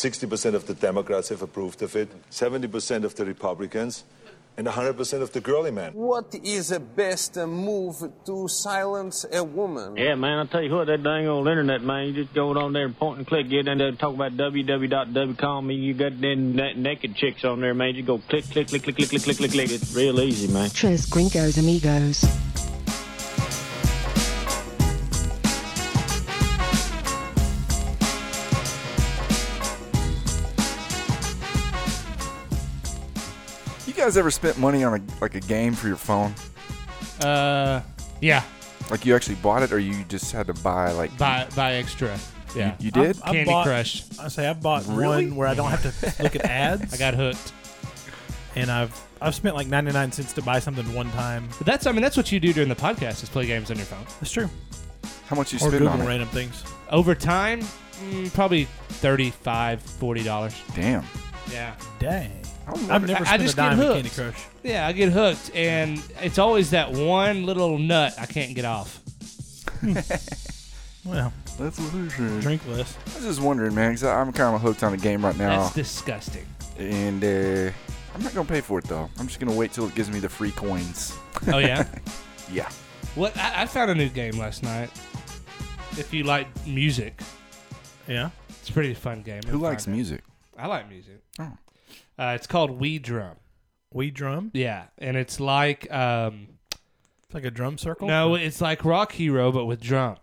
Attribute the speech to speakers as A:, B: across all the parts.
A: 60% of the Democrats have approved of it, 70% of the Republicans, and 100% of the girly men.
B: What is the best uh, move to silence a woman?
C: Yeah, man, I tell you what, that dang old internet, man, you just go on there and point and click, get in there and talk about www.wcom, and you got them na- naked chicks on there, man. You go click, click, click, click, click, click, click, click, click. It's real easy, man.
D: Tres Gringos Amigos.
E: You guys ever spent money on a like a game for your phone?
F: Uh, yeah,
E: Like you actually bought it, or you just had to buy like
F: buy buy extra. Yeah,
E: you did?
G: I
F: Candy
G: bought-
F: Crush.
G: I say I bought
E: Really?
G: one where I don't have to look at ads.
F: I got hooked.
G: and I've I've spent like 99 cents to buy something one time.
F: But that's I mean that's what you do during the podcast is play games on your phone.
G: That's true.
E: how much you
G: Or
E: spend
G: Google
E: on it?
G: random things.
F: Over time, mm, probably 35 40 dollars.
E: Damn.
F: Yeah.
G: Dang.
E: don't
G: I've
E: know.
G: never
F: I- I
G: spent
F: just
G: a
F: get
G: dime on Candy
F: hooked.
G: Crush.
F: Yeah, I get hooked, and it's always that one little nut I can't get off.
G: Well,
E: That's what I said.
G: drink less.
E: I was just wondering, man, because I'm kind of hooked on a game right now,
F: That's
G: Oh.
F: disgusting.
E: and uh, I'm not gonna pay for it though. I'm just gonna wait till it gives me the free coins.
F: Oh yeah.
E: Yeah.
F: what I, I found a new game last night. If you like music,
G: Yeah.
F: it's a pretty fun game.
E: Who likes music?
F: I like music.
E: Oh.
F: Uh, it's called We Drum.
G: We drum.
F: Yeah, and it's like um,
G: It's like a drum circle.
F: no, it's like Rock Hero but with drum.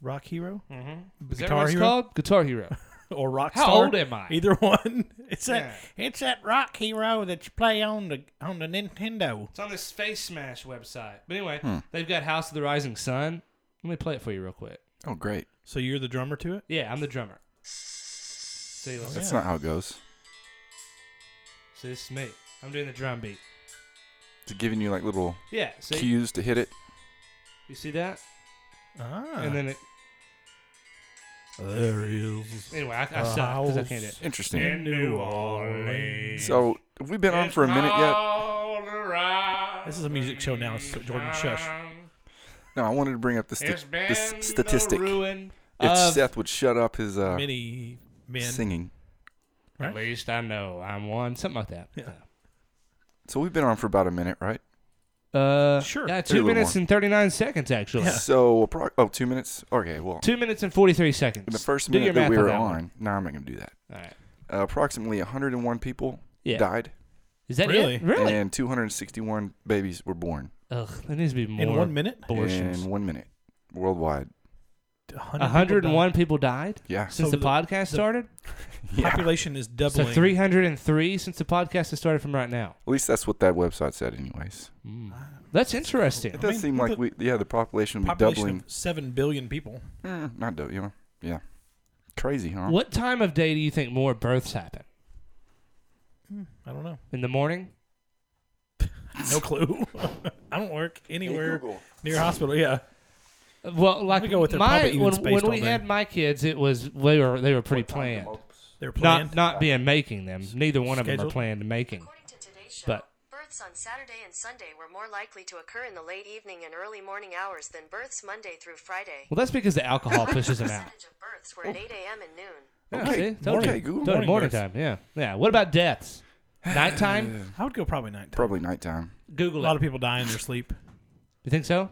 G: Rock Hero
F: Is that
G: Guitar
F: what it's
G: Hero?
F: called? Guitar Hero.
G: or Rock
F: Mm. How
G: Star.
F: old am I?
G: Either one. It's that it's that Rock Hero that you play on the on the Nintendo.
F: It's on this Space Smash website. But anyway,
E: Hmm.
F: they've got House of the Rising Sun. Let me play it for you real quick.
E: Oh, great.
G: So you're the drummer to it?
F: Yeah, I'm the drummer. See, listen.
E: That's not how it goes.
F: See, this is me. I'm doing the drum beat.
E: It's giving you like little
F: Yeah, see?
E: cues to hit it.
F: You see that?
G: Ah.
F: And then it.
G: there is
F: Anyway, I,
G: Uh,
F: I suck because I can't do it.
E: Interesting.
F: New Orleans.
E: So have we been on for a minute yet?
F: yet?
G: This is a music show now, so Jordan, shush.
E: No, I wanted to bring up this, st- this statistic.
F: ruin
E: If
F: of-
E: Seth would shut up his uh,
G: many men.
E: singing.
F: At least I know I'm one. Something like that.
E: So we've been on for about a minute, right?
F: Uh,
G: Sure.
F: Yeah,
E: Maybe a
F: two
E: little
F: minutes
E: more.
F: and 39 seconds, actually.
E: So, appro- oh, two minutes? Okay, well,
F: Two minutes and 43 seconds.
E: in the first
F: Do your
E: minute that
F: math
E: we were
F: that
E: on,
F: one.
E: no, I'm not going to do that.
F: All right.
E: Uh, approximately 101 people
F: Yeah.
E: died,
F: Is that
G: Really?
F: it? Really?
E: and 261 babies were born
F: Ugh, there needs to be more.
G: In one minute,
F: Abortions.
E: in one minute worldwide.
G: 100 people
F: 101 people died
E: Yeah.
F: since
G: So
F: the,
G: the-
F: podcast started?
G: die.
E: Yeah.
G: population is
F: So
G: doubling.
F: 303 since the podcast has started from right now.
E: At least that's what that website said, anyways.
F: That's interesting.
E: It does
G: mean,
E: seem
G: what
E: like we, yeah, the population would be
G: population
E: doubling.
G: of seven billion people.
E: Mm, not double, you know, yeah. Crazy, huh?
F: What time of day do you think more births happen? Hmm.
G: I don't know.
F: In the morning?
G: No clue. I don't work anywhere near a hospital. Yeah.
F: Uh, Well, like
G: me go with they're
F: my
G: probably even
F: when,
G: spaced
F: when we
G: all day.
F: had my kids, it was they were they were pretty planned.
G: They're planned.
F: Not not being making them. Neither one of them are
G: Scheduled?
F: planned to making.
H: According to today's show,
F: But-
H: births on Saturday and Sunday were more likely to occur in the late evening and early morning hours than births Monday through Friday.
F: Well, that's because the alcohol pushes them out.
H: Percentage of births were at 8 a.m. and noon.
F: Yeah,
E: Okay,
F: see? Told you.
E: okay, Google.
F: Told you,
E: Morning
F: morning
E: births.
F: time. Yeah, yeah. What about deaths? Nighttime.
G: I would go probably night.
E: Probably nighttime.
G: A
F: Google
G: lot of
F: it.
G: people die in their sleep.
F: You think so?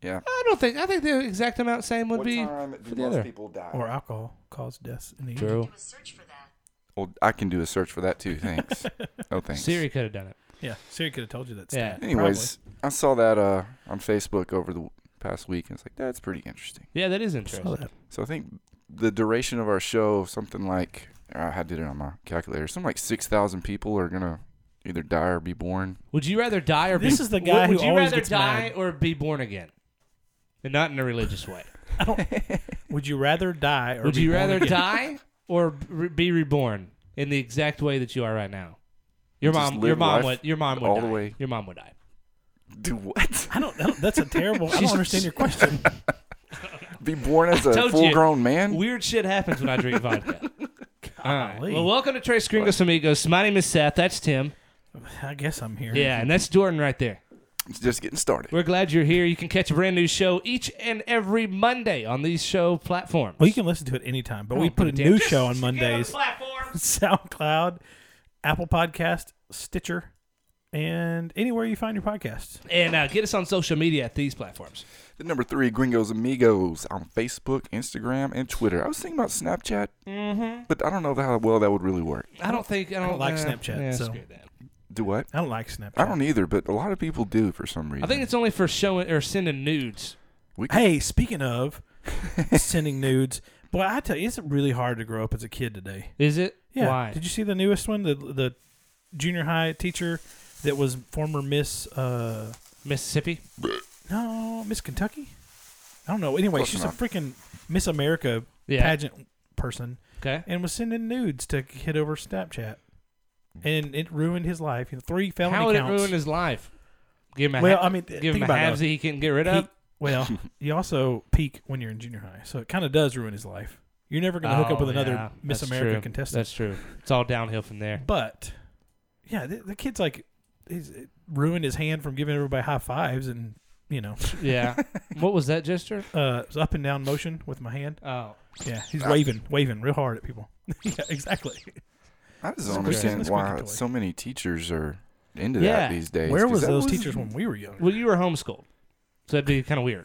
E: Yeah.
F: I don't think. I think the exact amount same would be for the other.
E: people die?
G: Or alcohol caused deaths in the evening.
F: True.
H: Do a search for that.
E: Well, I can do a search for that too. Thanks. oh, thanks.
F: Siri could have done it.
G: Yeah. Siri could have told you that
F: Yeah.
G: stat.
E: Anyways, I saw that uh, on Facebook over the w- past week, and it's like that's pretty interesting.
F: Yeah, that is interesting.
G: Probably.
E: So I think the duration of our show, something like I had did it on my calculator, something like six thousand people are gonna either die or be born.
F: Would you rather die or
G: This
F: be,
G: is the
F: Would-
G: guy
F: would
G: who
F: you
G: always
F: rather
G: gets
F: die
G: mad.
F: or be born again, and not in a religious way?
G: Would you rather die or
F: Would
G: be
F: you
G: born
F: rather
G: again?
F: die or re- be reborn in the exact way that you are right now? Your
E: Just
F: mom,
E: live
F: your mom
E: life
F: would, your mom would
E: all
F: die.
E: the way.
F: Your mom would die.
E: Do what?
G: I don't, I don't. That's a terrible. I don't understand your question.
E: be born as
F: I
E: a
F: told you.
E: full-grown man?
F: Weird shit happens when I drink vodka. All right.
G: Golly.
F: Well, welcome to Trace Gringos Amigos. My name is Seth. That's Tim.
G: I guess I'm here.
F: Yeah, and that's Jordan right there.
E: It's just getting started.
F: We're glad you're here. You can catch a brand new show each and every Monday on these show platforms.
G: Well, you can listen to it anytime, but
F: I
G: we
F: don't
G: put a
F: give a
G: new
F: damn.
G: show on
F: Just
G: Mondays.
F: platforms.
G: SoundCloud, Apple Podcast, Stitcher, and anywhere you find your podcasts.
F: And uh, get us on social media at these platforms.
E: The number three, Gringos Amigos, on Facebook, Instagram, and Twitter. I was thinking about Snapchat, mm-hmm. but I don't know how well that would really work.
F: I don't think I don't,
G: like
F: uh,
G: Snapchat,
F: Yeah,
G: so-
F: screw that.
E: Do what?
G: I don't like Snapchat.
E: I don't either, but a lot of people do for some reason.
F: I think it's only for showing or sending nudes.
E: we could,
G: Hey, speaking of sending nudes, boy, I tell you, it's really hard to grow up as a kid today.
F: Is it?
G: Yeah.
F: Why?
G: Did you see the newest one? The the junior high teacher that was former Miss uh
F: Mississippi?
G: no Miss Kentucky. I don't know. Anyway,
E: Close
G: she's
E: enough.
G: a freaking Miss America
F: Yeah.
G: pageant person
F: Okay.
G: and was sending nudes to kid over Snapchat, and it ruined his life. You know, Three felony
F: How would it
G: counts.
F: ruin his life? Give him a
G: Well,
F: ha-
G: I mean, th-
F: give him
G: think
F: a
G: about it.
F: halves that he can get rid
G: He-
F: of.
G: well, you also peak when you're in junior high, so it kind of does ruin his life. You're never going to hook up
F: Oh,
G: with another
F: yeah.
G: Miss
F: That's
G: America
F: true.
G: contestant.
F: That's true. It's all downhill from there.
G: But yeah, the, the kid's like he's it ruined his hand from giving everybody high fives and you know
F: Yeah. what was that gesture?
G: uh, it's up and down motion with my hand.
F: Oh.
G: Yeah, he's waving, waving real hard at people. yeah, exactly.
E: I just
G: Squeaky-
E: don't understand
G: squeaky
E: why
G: toy.
E: so many teachers are into
F: Yeah.
E: that these days.
G: Where
E: 'cause
G: was
E: that
G: those
E: wasn't-
G: teachers when we were younger?
F: Well, you were homeschooled, so that'd be kind of weird.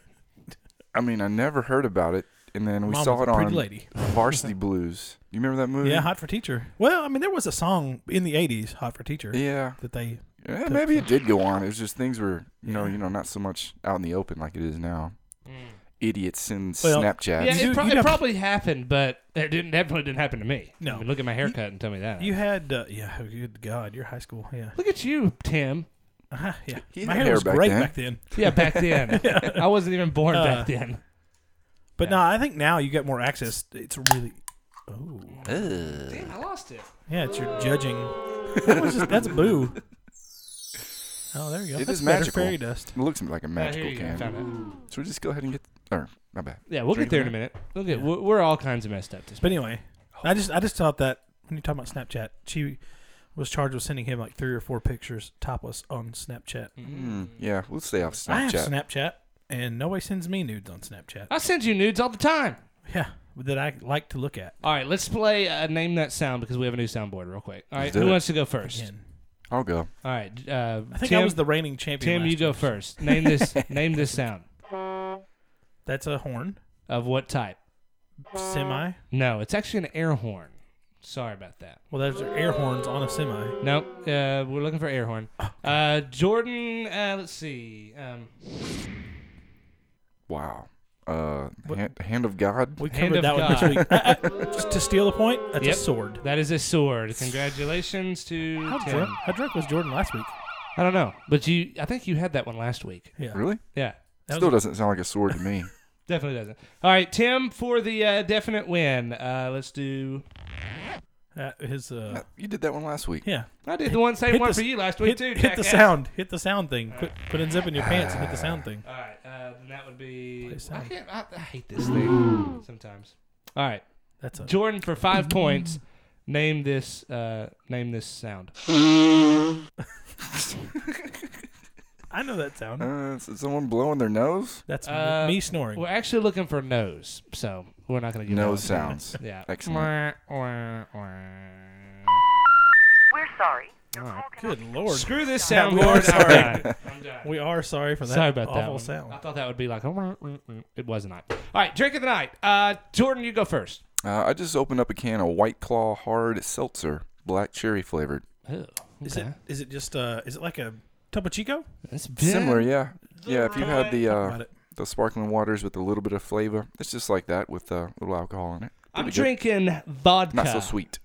E: I mean, I never heard about it, and then we
G: Mom
E: saw
G: was
E: it
G: a pretty
E: on
G: lady.
E: Varsity Blues. You remember that movie?
G: Yeah, hot for teacher. Mm-hmm. Well, I mean, there was a song in the '80s, "Hot for Teacher,"
E: Yeah.
G: that they
E: Yeah, maybe it did go on. It was just things were, you know, you know, not so much out in the open like it is now.
F: Mm.
E: Idiots in
G: Well,
E: Snapchat.
F: Yeah,
G: You do-
F: it, pro-
G: you
F: it
G: know-
F: probably happened, but it didn't definitely didn't happen to me.
G: No.
F: I mean, look at my haircut and tell me that.
G: you had. Uh, yeah, good God, your high school. Yeah,
F: look at you, Tim.
G: uh-huh, yeah.
E: He
G: my
E: had
G: hair,
E: hair
G: was
E: back
G: great
E: then.
G: back then.
F: Yeah, back then. I wasn't even born
G: Uh,
F: back then.
G: But no, I think now you get more access. It's really. Oh.
F: Damn, I lost it.
G: Yeah, it's your judging. That was just, that's boo. Oh, there you go.
E: It
G: that's
E: is
G: better
E: magical.
G: Fairy dust.
E: It looks like a
F: Yeah, here
E: magical
F: you go.
E: can.
F: Found it.
E: So we just go ahead and get. Or my bad.
F: Yeah, we'll get there in a minute. Look at we're, we're all kinds of messed up. This
G: But anyway, I just I just thought that when you talk about Snapchat, she was charged with sending him like three or four pictures topless on Snapchat.
E: Mm, yeah, we'll stay off
G: I have
E: Snapchat.
G: Snapchat, and nobody sends me nudes on Snapchat.
F: I send you nudes all the time.
G: Yeah, that I like to look at.
F: All right, let's play uh, name that sound because we have a new soundboard real quick. All right,
E: Let's do
F: who
E: it.
F: wants to go first?
G: Again.
E: I'll go.
F: All right, uh,
G: I think
F: Tim,
G: I was the reigning champion.
F: Tim, you
G: last
F: go
G: year.
F: first. Name this name this sound
G: That's a horn.
F: of what type?
G: Semi.
F: No, it's actually an air horn. Sorry about that.
G: Well, there's air horns on a semi.
F: Nope. Uh, we're looking for air horn. Uh, Jordan. Uh, let's see. Um,
E: Wow. Uh, hand, hand of God.
G: We
F: Hand
G: covered
F: of
G: that one
F: God.
G: this week. I- I- just to steal a point, that's
F: Yep.
G: a sword.
F: that is a sword. Congratulations to
G: How
F: Tim.
G: drunk, how drunk was Jordan last week?
F: I don't know, but you. I think you had that one last week.
G: Yeah.
E: Really?
F: Yeah,
G: That
E: Still
G: was-
E: doesn't sound like a sword to me.
F: definitely doesn't. All right, Tim, for the uh, definite win. Uh, let's do.
G: that- his, uh,
E: you did that one last week.
G: yeah.
F: I did the one same
G: Hit
F: one
G: the-
F: for you last week
G: Hit,
F: too.
G: hit the
F: jackass.
G: sound. Hit the sound thing. Quit, put in zip in your pants and hit the sound thing.
F: All right, uh, then that would be. I,
G: sound.
F: can't, I, I hate this thing sometimes. All right,
G: That's a.
F: Jordan for five points. Name this. Uh, name this sound.
G: I know that sound.
E: Uh, is it someone blowing their nose?
G: That's
F: Uh,
G: me snoring.
F: We're actually looking for nose, so we're not going to give
E: Nose
F: that one.
E: sounds.
F: Yeah.
E: Excellent.
H: We're sorry.
G: Good lord.
F: Screw this
G: Yeah, we
F: soundboard.
G: are
F: All
G: sorry.
F: right. I'm done.
G: We are sorry for that
F: Sorry about that.
G: awful
F: one.
G: sound.
F: I thought that would be like a. It was not. All right, drink of the night. Uh, Jordan, you go first.
E: Uh, I just opened up a can of White Claw hard seltzer, black cherry flavored.
G: Is it? Is it just? Uh, is it like a Topo Chico?
F: That's
E: Similar, yeah. Yeah, if you had the
G: Talk about
E: uh,
G: it.
E: the sparkling waters with a little bit of flavor, it's just like that with uh, a little alcohol in it.
F: I'm
E: Pretty good.
F: drinking vodka.
E: Not so sweet.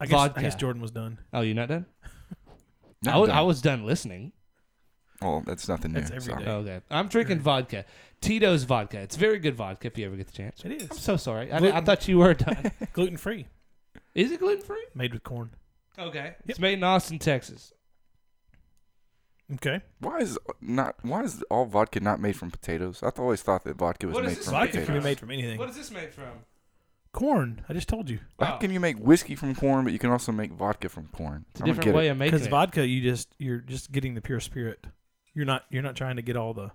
G: I guess,
F: Vodka.
G: I guess Jordan was done.
F: Oh, you not done?
E: No,
F: I was,
E: no.
F: I was done listening.
E: Well, Oh, that's nothing new.
G: That's every
E: sorry.
G: day.
F: Okay. I'm drinking vodka. Tito's vodka. It's very good vodka if you ever get the chance.
G: It is.
F: I'm so sorry. I, I
G: Gluten-
F: thought you were done.
G: Gluten free,
F: Is it gluten free?
G: made with corn.
F: Okay. It's made in Austin, Texas.
G: Okay.
E: Why is uh, not why is all vodka not made from potatoes? I've always thought that vodka was
F: What is
E: made
F: this
E: from
F: vodka
G: It
E: potatoes.
G: can be made from anything.
F: is this made from?
G: Corn. I just told you.
E: How can you make whiskey from corn, but you can also make vodka from corn?
F: It's a
E: I don't
F: different
E: get
F: way
E: it.
F: of making
G: Because
F: it.
G: vodka, you just you're just getting the pure spirit. You're not you're not trying to get all the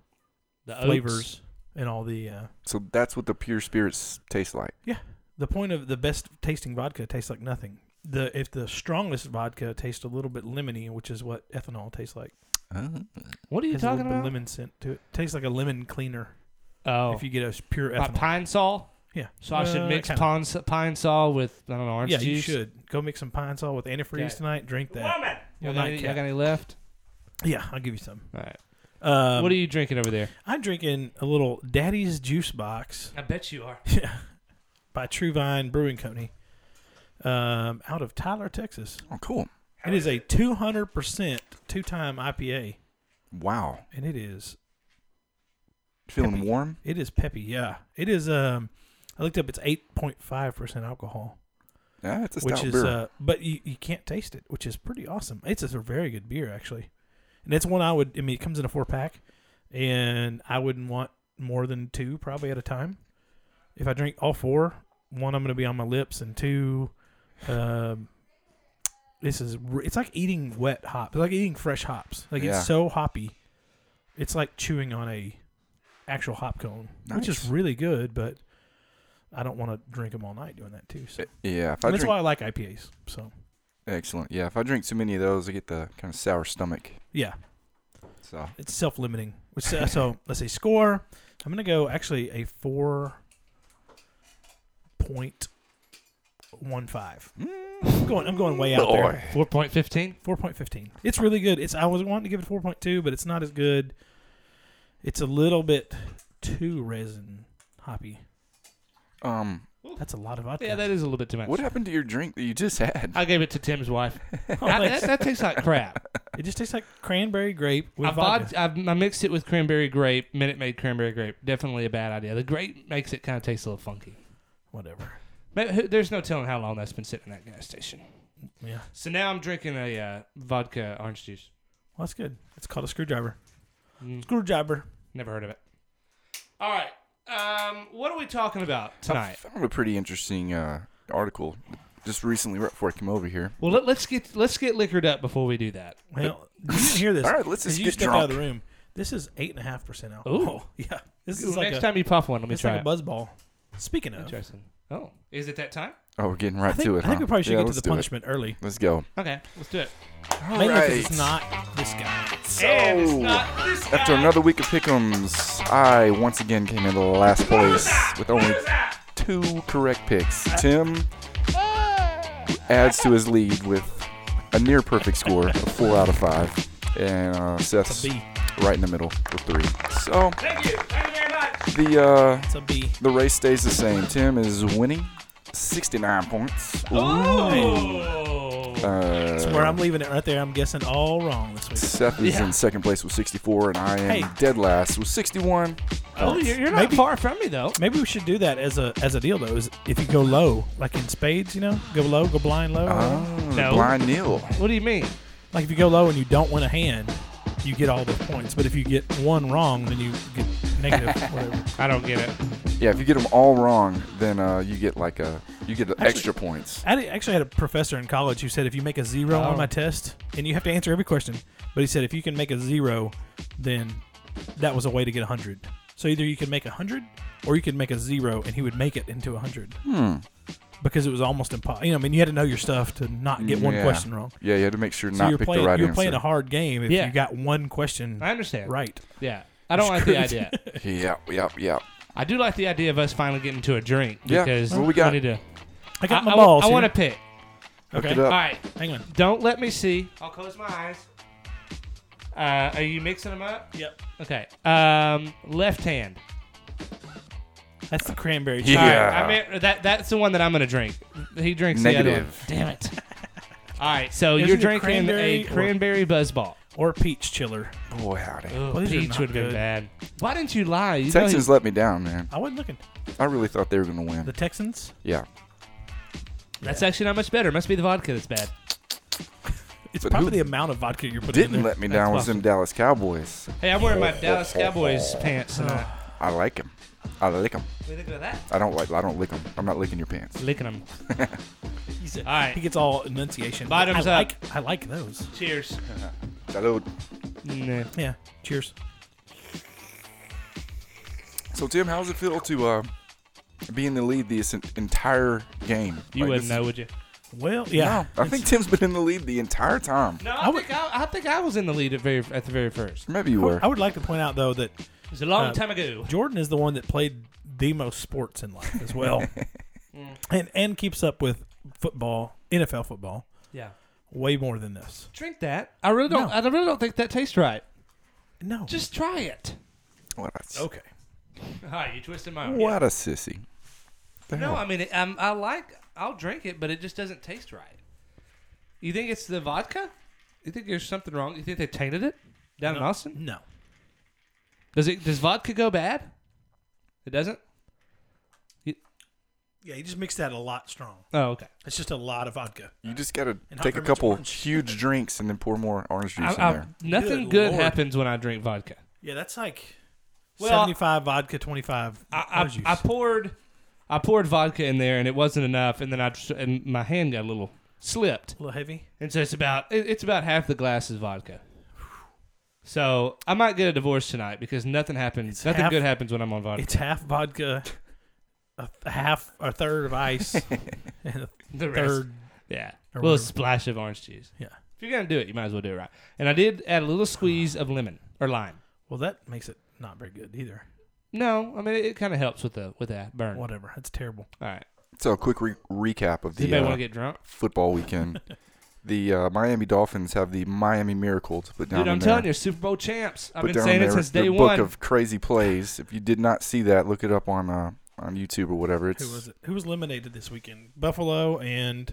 F: The
G: flavors
F: oats.
G: and all the uh,
E: So that's what the pure spirits taste like.
G: yeah. The point of the best tasting vodka tastes like nothing. The if the strongest vodka tastes a little bit lemony, which is what ethanol tastes like. Mm-hmm.
F: What are you
G: Has a little
F: talking
G: bit
F: about?
G: lemon scent to it. Tastes like a lemon cleaner.
F: Oh,
G: If you get a s- pure
F: like
G: ethanol.
F: pine saw.
G: yeah.
F: So I
G: Uh,
F: should mix
G: kinda.
F: pine, sa- pine saw with I don't know orange
G: Yeah, you
F: juice.
G: should go make some pine salt with antifreeze
F: Okay.
G: tonight. Drink that.
F: Y'all
G: Well,
F: got,
G: not
F: any, y'all
G: cat.
F: got any left?
G: Yeah, I'll give you some.
F: All right.
G: Um,
F: what are you drinking over there?
G: I'm drinking a little Daddy's Juice Box
F: I bet you are.
G: by True Vine Brewing Company, um, out of Tyler, Texas.
E: Oh, cool.
G: It is a 200% two-time IPA,
E: Wow.
G: and it is
E: Feeling
G: Peppy.
E: warm?
G: it is peppy. Yeah, it is. Um, I looked up. It's 8.5% alcohol,
E: Yeah, it's a stout
G: which is
E: beer.
G: uh, but you, you can't taste it, which is pretty awesome. It's a very good beer actually, and it's one I would. I mean, it comes in a four pack, and I wouldn't want more than two probably at a time. If I drink all four, one I'm going to be on my lips, and two, um, this is r- it's like eating wet hops, like eating fresh hops. Like
E: Yeah.
G: it's so hoppy, it's like chewing on a actual hop cone, which is
E: Nice.
G: really good, but. I don't want to drink them all night doing that too. So
E: Eh, yeah, if I
G: and that's
E: drink,
G: why I like IPAs. So
E: excellent. Yeah, if I drink too many of those, I get the kind of sour stomach.
G: yeah,
E: So
G: it's self-limiting. Which, so- so let's say score. I'm gonna go actually a four point one five. I'm going. I'm going way out there.
F: Four point fifteen.
G: Four point fifteen. It's really good. It's. I was wanting to give it four point two, but it's not as good. It's a little bit too resin hoppy.
E: um,
G: That's a lot of vodka.
F: Yeah, that is a little bit too much.
E: what happened to your drink that you just had?
F: I gave it to Tim's wife.
G: Oh,
F: I, that,
G: thanks.
F: that tastes like crap.
G: it just tastes like cranberry grape with
F: I,
G: vodka.
F: vod- I've, I mixed it with cranberry grape, Minute Maid cranberry grape. Definitely a bad idea. The grape makes it kind of taste a little funky.
G: Whatever.
F: But who- there's no telling how long that's been sitting in that gas station.
G: Yeah.
F: So now I'm drinking a uh, vodka orange juice.
G: Well, that's good. It's called a screwdriver.
F: Mm.
G: Screwdriver.
F: Never heard of it. All right. Um, what are we talking about
E: I
F: tonight?
E: found a pretty interesting uh, article just recently right before I came over here.
F: Well, let, let's get let's get liquored up before we do that.
G: Well, you didn't hear this.
E: All right, let's
G: 'cause
E: just
G: you
E: get
G: stepped out
E: drunk.
G: of the room. This is eight and a half percent alcohol. yeah, this is like
F: Next
G: a,
F: time you puff one, let me
G: it's
F: try
G: like a
F: it.
G: buzz ball. Speaking of, I
F: Interesting. Oh, is it that time?
E: Oh, we're getting right
G: think,
E: to it.
G: I think
E: huh?
G: we probably should
E: Yeah,
G: get to
E: let's
G: the
E: do it.
G: punishment early.
E: Let's go.
F: Okay, let's do it.
G: Mainly 'cause
E: right.
G: it's not this guy.
F: And it's
E: So,
F: not Uh, this guy.
E: After another week of pick'ems, I once again came in last place with only two correct picks. Tim adds to his lead with a near perfect score of four out of five, and uh, Seth's
G: B.
E: right in the middle with three. So
F: Thank you. Thank you very much.
E: the uh,
G: It's a B.
E: the race stays the same. Tim is winning, 69 points.
F: Oh.
E: Uh,
G: That's where I'm leaving it right there. I'm guessing all wrong this week.
E: Seth is in second place with 64, and I am
G: Hey.
E: dead last with 61.
F: Oh, you're, you're not
G: Maybe-
F: far from me though.
G: Maybe we should do that as a as a deal though. Is if you go low, like in spades, you know, go low, go blind low.
E: Oh,
F: No.
E: blind Neil.
F: What do you mean?
G: Like if you go low and you don't win a hand, you get all the points. But if you get one wrong, then you get negative. whatever.
F: I don't get it.
E: Yeah, if you get them all wrong, then uh, you get like a you get extra points.
G: I di- actually had a professor in college who said if you make a zero
F: Oh.
G: on my test, and you have to answer every question, but he said if you can make a zero, then that was a way to get a 100. So either you could make a 100 or you could make a zero, and he would make it into a 100. Hmm. Because it was almost impossible. You know, I mean, you had to know your stuff to not get one
E: Yeah.
G: question wrong.
E: Yeah, you had to make sure
G: So
E: not
G: you're
E: pick
G: playing
E: the right
G: you're
E: answer.
G: playing a hard game if
F: Yeah.
G: you got one question
F: I understand.
G: right.
F: Yeah. I don't like the idea.
G: Screwed.
E: Yep, yep, yep.
F: I do like the idea of us finally getting to a drink
E: Yeah.
F: because
E: What we got?
F: need to.
G: I got
F: I-
G: my
F: I wa-
G: balls.
F: I,
G: here.
F: want to pick.
E: Look
G: Okay.
E: it up.
F: All right.
G: Hang on.
F: Don't let me see. I'll close my eyes. Uh, are you mixing them up?
G: Yep.
F: Okay. Um, left hand.
G: That's the cranberry.
E: Yeah.
F: All right, I mean, that that's the one that I'm gonna drink. He drinks
E: Negative.
F: the other one. Damn it. All right, so
G: Is
F: you're
G: it a
F: drinking
G: cranberry
F: a
G: or-
F: cranberry buzzball.
G: Or peach chiller.
E: Boy, howdy.
F: Oh,
G: these are
F: peach
G: not
F: would have been
G: good.
F: bad. Why didn't you lie? You know
E: Texans
F: he-
E: let me down, man.
G: I wasn't looking.
E: I really thought they were gonna win.
G: The Texans.
E: Yeah,
F: that's actually not much better. Must be the vodka that's bad.
G: It's
E: But
G: probably
E: who
G: the amount of vodka you're putting in
E: didn't
G: there.
E: let me down was them Dallas Cowboys.
F: Hey, I'm wearing my Dallas Cowboys pants tonight.
E: I like them. I lick them.
F: What do you think about that?
E: I don't like. I don't lick them. I'm not licking your pants.
F: Licking them.
G: He's a-
F: All right.
G: He gets all enunciation.
F: Bottoms
G: I
F: up.
G: Like, I like those.
F: Cheers.
E: Salud.
F: Nah.
G: Yeah. Cheers.
E: So Tim, how does it feel to uh, be in the lead this en- entire game?
F: You
E: Like,
F: wouldn't
E: this-
F: know, would you?
G: Well,
E: No,
G: yeah.
E: I think Tim's been in the lead the entire time.
F: No, I, think I, I think I was in the lead at very at the very first. It
E: Maybe you were.
G: I would like to point out though that
F: was a long
G: Uh,
F: time ago.
G: Jordan is the one that played the most sports in life as well,
F: Hmm.
G: and and keeps up with football, NFL football,
F: Yeah.
G: way more than this.
F: Drink that. I really don't.
G: No.
F: I really don't think that tastes right.
G: No,
F: Just try it.
E: What a, s-
G: okay.
F: Hi, you twisted my arm.
E: what a sissy. The
F: No,
E: hell?
F: I mean, it, um, I like. I'll drink it, but it just doesn't taste right. You think it's the vodka? You think there's something wrong? You think they tainted it down in Austin?
G: No,
F: Does it? Does vodka go bad? It doesn't.
G: yeah, you just mixed that a lot strong.
F: Oh, okay.
G: It's just a lot of vodka.
E: you just got to
G: And how
E: take a
G: much
E: couple
G: orange?
E: huge drinks and then pour more orange juice
F: I-
E: in
F: I-
E: there.
F: nothing
G: Good
F: good
G: Lord.
F: happens when I drink vodka.
G: Yeah, that's like
F: Well,
G: seventy-five vodka, twenty-five.
F: I, I, I poured, I poured vodka in there, and it wasn't enough. And then I just, and my hand got a little slipped,
G: a little heavy.
F: and so it's about it, it's about half the glass is vodka. So I might get a divorce tonight because nothing happens.
G: It's
F: nothing
G: half-
F: good happens when I'm on vodka.
G: It's half vodka, a th- half a third of ice, and a
F: The rest.
G: third.
F: Yeah. A
G: Or
F: little
G: whatever.
F: splash of orange juice.
G: Yeah.
F: If you're gonna do it, you might as well do it right. And I did add a little squeeze of lemon or lime.
G: Well, that makes it not very good either.
F: No, I mean it, kind of helps with the with that burn.
G: Whatever. That's terrible.
F: All right.
E: So a quick re- recap of
F: Does
E: the
F: anybody
E: uh,
F: want to get drunk?
E: football weekend. the uh, Miami Dolphins have the Miami Miracle to put down.
F: Dude, I'm
E: in
F: telling
E: there.
F: you, Super Bowl champs. I've
E: put
F: been
E: down
F: saying
E: their,
F: it since
E: their
F: day
E: book
F: one.
E: of crazy plays. If you did not see that, look it up on uh, on YouTube or whatever. It's
G: Who was it? Who was eliminated this weekend? Buffalo and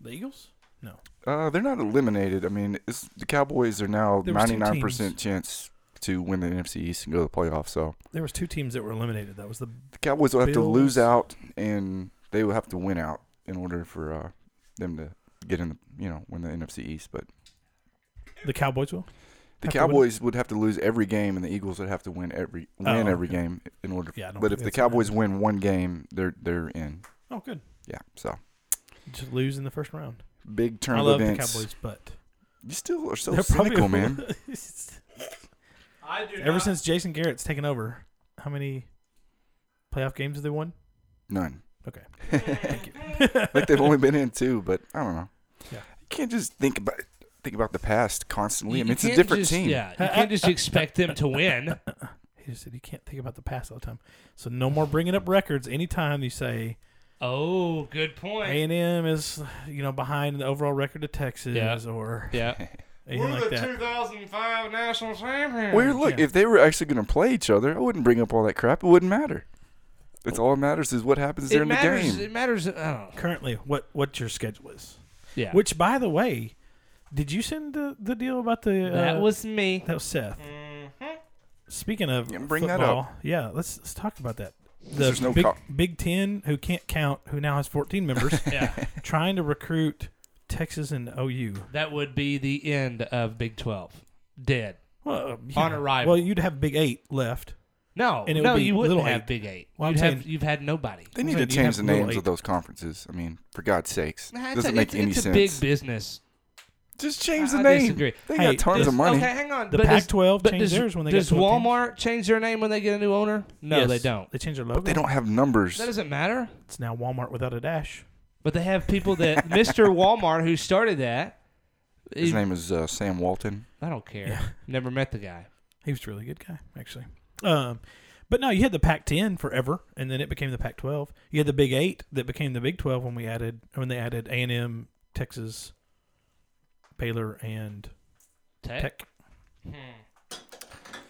G: the Eagles. No,
E: Uh, they're not eliminated. I mean, it's, the Cowboys are now
G: There was
E: ninety
G: two
E: nine percent chance to win the NFC East and go to the playoffs. So
G: there was two teams that were eliminated. That was the
E: the Cowboys will have to lose
G: Bills.
E: out, and they will have to win out in order for uh, them to get in the you know win the NFC East. But
G: the Cowboys. Will
E: the
G: Have to win?
E: Cowboys would have to lose every game, and the Eagles would have to win every win
G: Oh,
E: every
G: okay.
E: game in order.
G: Yeah, I don't
E: but
G: think
E: if the
G: that's gonna
E: Cowboys
G: happen.
E: win one game, they're they're in.
G: oh good,
E: Yeah, so
G: just lose in the first round.
E: big turn
G: I
E: of
G: love
E: events.
G: the Cowboys, but
E: You still are so
G: they're probably-
E: cynical, man.
F: I do
G: Ever since Jason Garrett's taken over, how many playoff games have they won?
E: None.
G: Okay,
E: Thank you. like they've only been in two, but I don't know.
G: Yeah.
E: You can't just think about think about the past constantly. I mean,
F: You
E: it's a
F: can't
E: different
F: just-
E: team.
F: Yeah, you can't just expect them to win.
G: he just said you can't think about the past all the time. So no more bringing up records anytime you say
F: Oh, good
G: A
F: point.
G: and M is you know behind the overall record of Texas
F: Yeah.
G: or
F: yeah,
G: anything like that.
F: 2005 national champions.
E: Where look,
G: Yeah.
E: if they were actually going to play each other, I wouldn't bring up all that crap. It wouldn't matter. It's all that matters is what happens
F: it
E: during
F: matters.
E: the game.
F: It matters. I don't know.
G: Currently, what what your schedule is?
F: Yeah,
G: Which, by the way, did you send the, the deal about the?
F: that
G: uh,
F: was me.
G: that was Seth. Speaking of
E: Yeah, bring that
G: football, yeah, let's let's talk about that. The
E: there's no
G: big,
E: co-
G: big Ten, who can't count, who now has 14 members,
F: yeah,
G: trying to recruit Texas and OU.
F: that would be the end of Big 12. Dead.
G: Well, uh,
F: On
G: yeah.
F: arrival.
G: Well, you'd have Big Eight left.
F: No,
G: And it
F: no,
G: would be
F: you wouldn't
G: Little
F: have
G: Eight.
F: Big Eight.
G: Well, I'm
F: you'd have,
G: saying-
F: you've had nobody.
E: they need
G: So
E: to
G: you
E: change
G: have
E: the
G: little
E: names
G: eight.
E: of those conferences. I mean, for God's sakes,
F: Nah, it's
E: doesn't
F: a-
E: make
F: it's,
E: any
F: it's
E: sense.
F: a big business.
E: Just change
F: I-
E: the
F: I
E: name.
F: disagree.
E: They
G: Hey,
E: got tons
G: this-
E: of money.
F: Okay, hang on.
G: The
F: But does-
G: Pac-12
F: but
G: changed
F: does-
G: theirs when they got
F: Does
G: 12 teams.
F: Walmart change their name when they get a new owner? No,
G: Yes.
F: they don't.
G: They changed their logo.
E: They don't have numbers.
F: That doesn't matter.
G: It's now Walmart without a dash.
F: But they have people that Mr. Walmart who started that.
E: His
F: he-
E: name is uh, Sam Walton.
F: I don't care. Never met the guy.
G: He was a really good guy, actually. Um, but no, you had the Pac-10 forever, and then it became the Pac-12. You had the Big Eight that became the Big 12 when we added when they added A&M, Texas, Baylor, and
F: Tech.
G: Tech.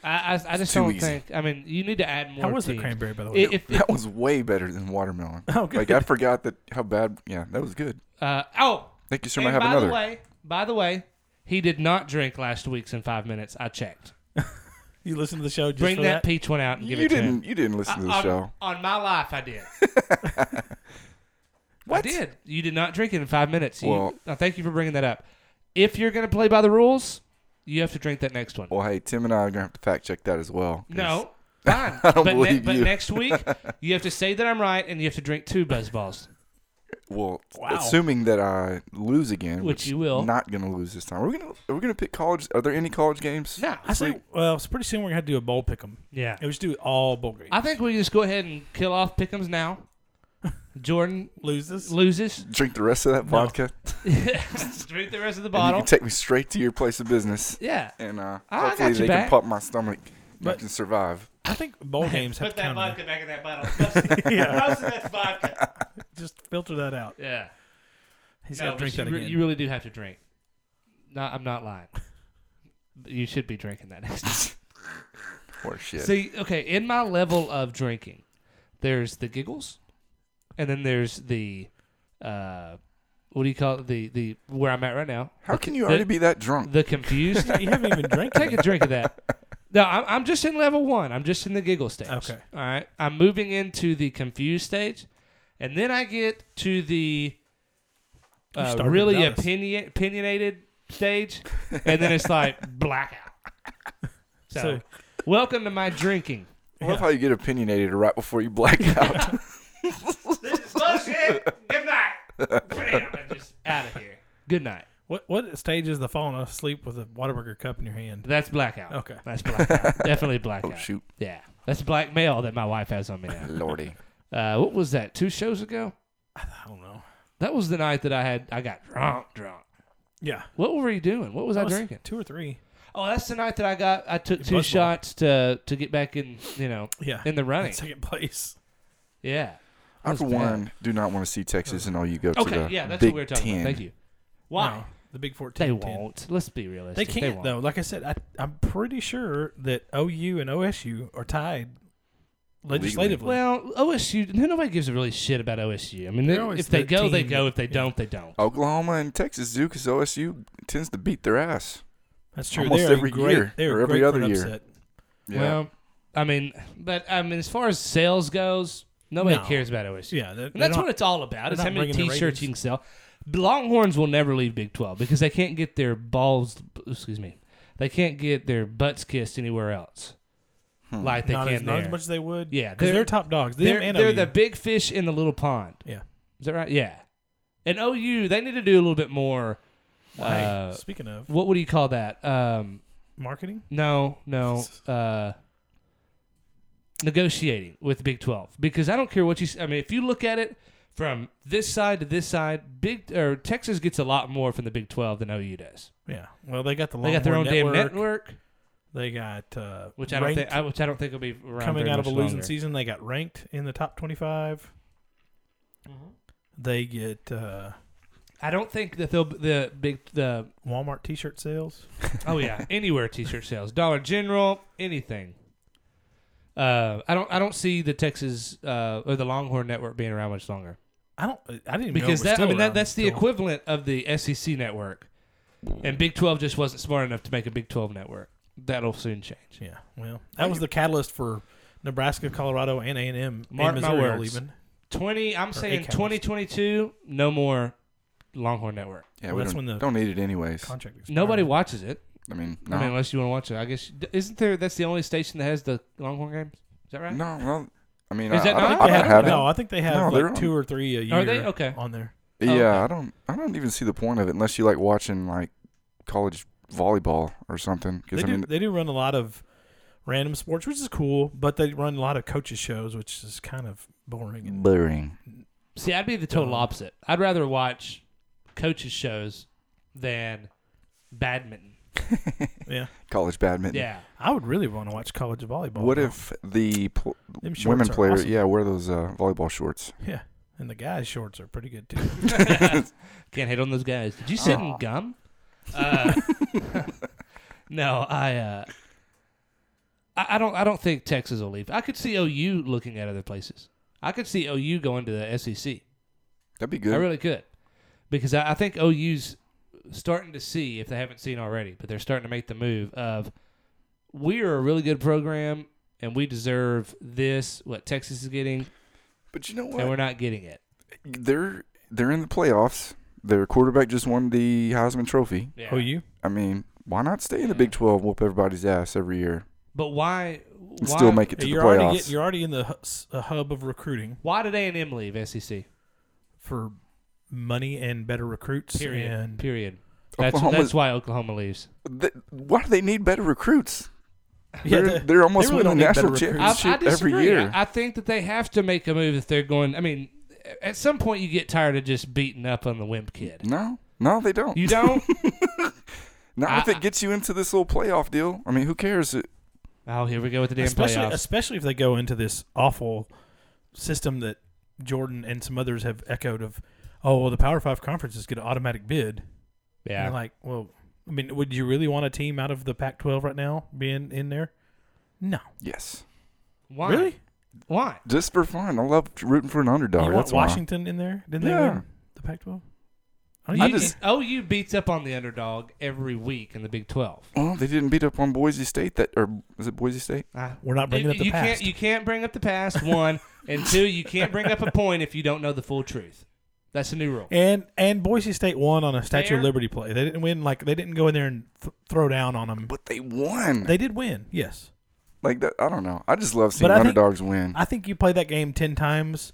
F: I, I, I just
E: too
F: don't
E: easy.
F: think. I mean, you need to add more.
G: How was the
F: teams.
G: cranberry, by the way?
F: If, if,
E: That was way better than watermelon.
G: Oh, good.
E: Like I forgot that how bad. Yeah, that was good.
F: uh, oh,
E: Thank you, sir. May I have
F: and by
E: another?
F: the way, by the way, he did not drink last week's in five minutes. I checked.
G: you listen to the show just
F: Bring
G: for
F: that,
G: that.
F: peach one out and give
E: you
F: it to
E: didn't.
F: him.
E: You didn't listen to the
F: on,
E: show.
F: on my life, I did.
E: What?
F: I did. You did not drink it in five minutes. You-
E: Well-
F: now, thank you for bringing that up. If you're going to play by the rules, you have to drink that next one.
E: Well, hey, Tim and I are gonna have to fact check that as well. 'cause
F: No. Fine.
E: don't
F: but,
E: believe
F: but
E: you.
F: next week, you have to say that I'm right and you have to drink two buzz balls.
E: Well,
G: Wow.
E: assuming that I lose again,
I: Which you will.
E: Not gonna lose this time. Are we gonna Are we gonna pick college? Are there any college games?
F: No.
G: I say, well, so pretty soon we're gonna have to do a bowl pick 'em.
F: Yeah.
G: And we should do all bowl games.
F: I think we just go ahead and kill off Pickums now. Jordan
G: Lose this.
F: loses.
E: Drink the rest of that vodka.
F: Drink the rest of
E: And
F: the
E: you
F: bottle.
E: can take me straight to your place of business,
F: yeah.
E: and uh,
F: I got
E: hopefully
F: you
E: they
F: back.
E: can pop my stomach. and I
G: But-
E: can survive.
G: I think bowl games have to count. in
F: back in that bottle. Most of that's vodka.
G: there. Just filter that out.
F: Yeah.
G: He's
F: No,
G: got to
F: but
G: drink
F: you,
G: that
F: re-
G: again.
F: you really do have to drink. No, I'm not lying. But you should be drinking that next time.
E: Poor shit.
F: See, okay, in my level of drinking, there's the giggles, and then there's the, uh, what do you call it? The the where I'm at right now.
E: How can you already be that drunk?
F: The confused.
G: you haven't even drank
F: Take
G: it.
F: a drink of that. No, I'm, I'm just in level one. I'm just in the giggle stage.
G: Okay.
F: All right. I'm moving into the confused stage, and then I get to the
G: You
F: uh,
G: started
F: really
G: without us.
F: opinion, opinionated stage, and then it's like blackout. So,
G: So-
F: welcome to my drinking.
E: I love how you get opinionated right before you black out.
F: Good night. just out of here. Good night.
G: What what stage is the falling asleep with a Whataburger cup in your hand?
F: That's blackout.
G: Okay. Oh,
F: That's blackout. Definitely blackout.
E: shoot.
F: Yeah. That's black mail that my wife has on me now.
E: Lordy.
F: Uh, what was that? Two shows ago?
G: I don't know.
F: That was the night that I had I got drunk, drunk.
G: Yeah,
F: What were you doing? What was I
G: That was
F: drinking?
G: two or three.
F: Oh, that's the night that I got I took two
G: buzzball.
F: shots to to get back in, you know,
G: Yeah,
F: in the running.
G: second place.
F: Yeah.
E: I, for
F: That was bad.
E: one, do not want to see Texas and all you go to
F: Okay,
E: the
F: yeah, that's
E: Big
F: what we were talking
E: Ten.
F: about. Thank you. Why?
G: No, the Big Fourteen.
F: They
G: 10.
F: won't. Let's be
G: They
F: realistic.
G: can't
F: won't.
G: though. Like I said, I, I'm pretty sure that OU and OSU are tied legislatively.
F: Well, OSU, no- nobody gives a really shit about OSU. I mean, they,
G: They're always
F: if they
G: the
F: go, they
G: team
F: go.
G: that-
F: If they don't, they don't.
E: Oklahoma and Texas do because OSU tends to beat their ass.
G: that's true.
E: almost
G: They're
E: every
G: great.
E: year,
G: They're
E: or every
G: great for
E: other
G: an
E: year.
G: upset.
F: Well, I mean, but I mean, as far as sales goes, nobody
G: No.
F: cares about OSU.
G: Yeah, they-
F: and that's
G: they're
F: what
G: not-
F: it's all about. Is
G: they're
F: how
G: not
F: many
G: bringing the
F: T-shirts you can sell. Longhorns will never leave Big Twelve because they can't get their balls. Excuse me, they can't get their butts kissed anywhere else. Like they
G: not,
F: can
G: as, not
F: there.
G: as much as they would.
F: Yeah,
G: because
F: they're-
G: they're, top dogs. Them
F: they're
G: and
F: they're
G: OU.
F: the big fish in the little pond.
G: yeah.
F: Is that right? Yeah. And OU, they need to do a little bit more.
G: hey,
F: Uh,
G: speaking of
F: what would you call that? Um,
G: marketing,
F: no, no. Uh, negotiating with Big Twelve because I don't care what you. s- I mean, if you look at it from this side to this side, Big or Texas gets a lot more from the Big Twelve than OU does.
G: yeah. Well, they got the
F: They got their own
G: Longhorn
F: damn network,
G: They got uh,
F: which I don't think.
G: ranked
F: I, which I don't think will be around
G: coming
F: very
G: out of a
F: much
G: losing
F: longer.
G: season. They got ranked in the top 25
F: Mm-hmm.
G: They get uh,
F: I don't think that they'll the big the
G: Walmart T-shirt sales.
F: Oh yeah, anywhere T-shirt sales, Dollar General, anything. Uh, I don't I don't see the Texas uh, or the Longhorn Network being around much longer
G: I don't. I didn't even
F: because
G: know it was
F: that I
G: still
F: mean that,
G: around
F: that's the
G: until-
F: equivalent of the SEC network, and Big Twelve just wasn't smart enough to make a Big Twelve network. That'll soon change.
G: Yeah. Well, that was the catalyst for Nebraska, Colorado, and A and M,
F: Mark my
G: Missouri all
F: words.
G: even.
F: Twenty, I'm saying
G: ACALS.
F: 2022, no more Longhorn Network.
E: Yeah,
G: Well,
E: we
G: that's
E: don't,
G: when the
E: don't need it anyways.
G: Contract. expired.
F: Nobody watches it.
E: I mean,
F: I mean,
E: no,
F: unless you want to watch it. I guess isn't there? That's the only station that has the Longhorn games. Is that right?
E: no, well, I mean,
F: Is
E: I,
F: that
E: I,
F: not-
E: don't-
G: They
E: I don't
G: have-
E: have it.
G: no, I think they
E: No,
G: have
E: they're
G: like
E: on-
G: two or three a year.
F: Are they? Okay.
G: On there.
E: yeah,
F: okay.
E: I don't. I don't even see the point of it unless you like watching like college volleyball or something.
G: They
E: Because I
G: do.
E: mean,
G: They do run a lot of random sports, which is cool, but they run a lot of coaches shows, which is kind of boring. And
E: boring.
F: See, I'd be the total opposite. I'd rather watch coaches' shows than badminton.
G: yeah,
E: College badminton.
F: Yeah.
G: I would really want to watch college volleyball.
E: What
G: now.
E: if the pl-
G: Them shorts
E: women
G: are
E: player?
G: awesome.
E: Yeah, wear those uh, volleyball shorts.
G: Yeah, and the guys' shorts are pretty good too.
F: Can't hate on those guys. Did you sit in gum? Uh, no, I, uh, I. I don't. I don't think Texas will leave. I could see OU looking at other places. I could see OU going to the SEC.
E: That'd be good.
F: I really could, because I, I think OU's starting to see if they haven't seen already, but they're starting to make the move of we are a really good program and we deserve this. What Texas is getting,
E: but you know
F: and we're
E: what?
F: not getting it.
E: They're they're in the playoffs. Their quarterback just won the Heisman Trophy.
F: Yeah.
G: Oh, you?
E: I mean, why not stay in the Big Twelve, whoop everybody's ass every year,
F: But why?
E: and
F: Why,
E: still make it to
G: You're
E: the playoffs?
G: already get, you're already in the hu- s- uh, hub of recruiting
F: E why did A and M leave SEC?
G: for money and better recruits.
F: Period.
G: And
F: Period. That's,
E: Oklahoma's-
F: that's why Oklahoma leaves.
E: Th- why do they need better recruits? they're,
G: Yeah, they-
E: they're almost
G: they really don't
E: winning
G: need
E: national
G: better recruits.
F: I,
E: championship
F: I disagree.
E: every year.
F: I, I think that they have to make a move if they're going. I mean, at some point you get tired of just beating up on the wimp kid.
E: no, no, they don't.
F: You don't.
E: Not if
F: I-
E: it gets you into this little playoff deal. I mean, who cares? It-
F: oh, here we go with the damn
G: especially
F: playoffs.
G: especially if they go into this awful system that Jordan and some others have echoed of, oh, well, the Power Five conferences get an automatic bid. And
F: yeah.
G: you're like, well, I mean, would you really want a team out of the Pac-12 right now being in there? No.
E: yes,
F: why?
G: Really?
F: Why?
E: just for fun. I love rooting for an underdog.
G: you want
E: That's why.
G: Washington in there? Didn't they
E: Yeah.
G: win the Oh, Pac-12?
F: You,
E: I just-
F: OU beats up on the underdog every week in the Big Twelve.
E: Well, they didn't beat up on Boise State. That or is it Boise State?
G: We're not bringing
F: you,
G: up the
F: you
G: past.
F: Can't, you can't bring up the past. One and two. You can't bring up a point if you don't know the full truth. That's a new rule.
G: and and Boise State won on a Statue
F: Fair.
G: of Liberty play. They didn't win like they didn't go in there and th- throw down on them.
E: But they won.
G: They did win. Yes.
E: like that. I don't know. I just love seeing
G: But I think-
E: underdogs win.
G: I think you play that game ten times.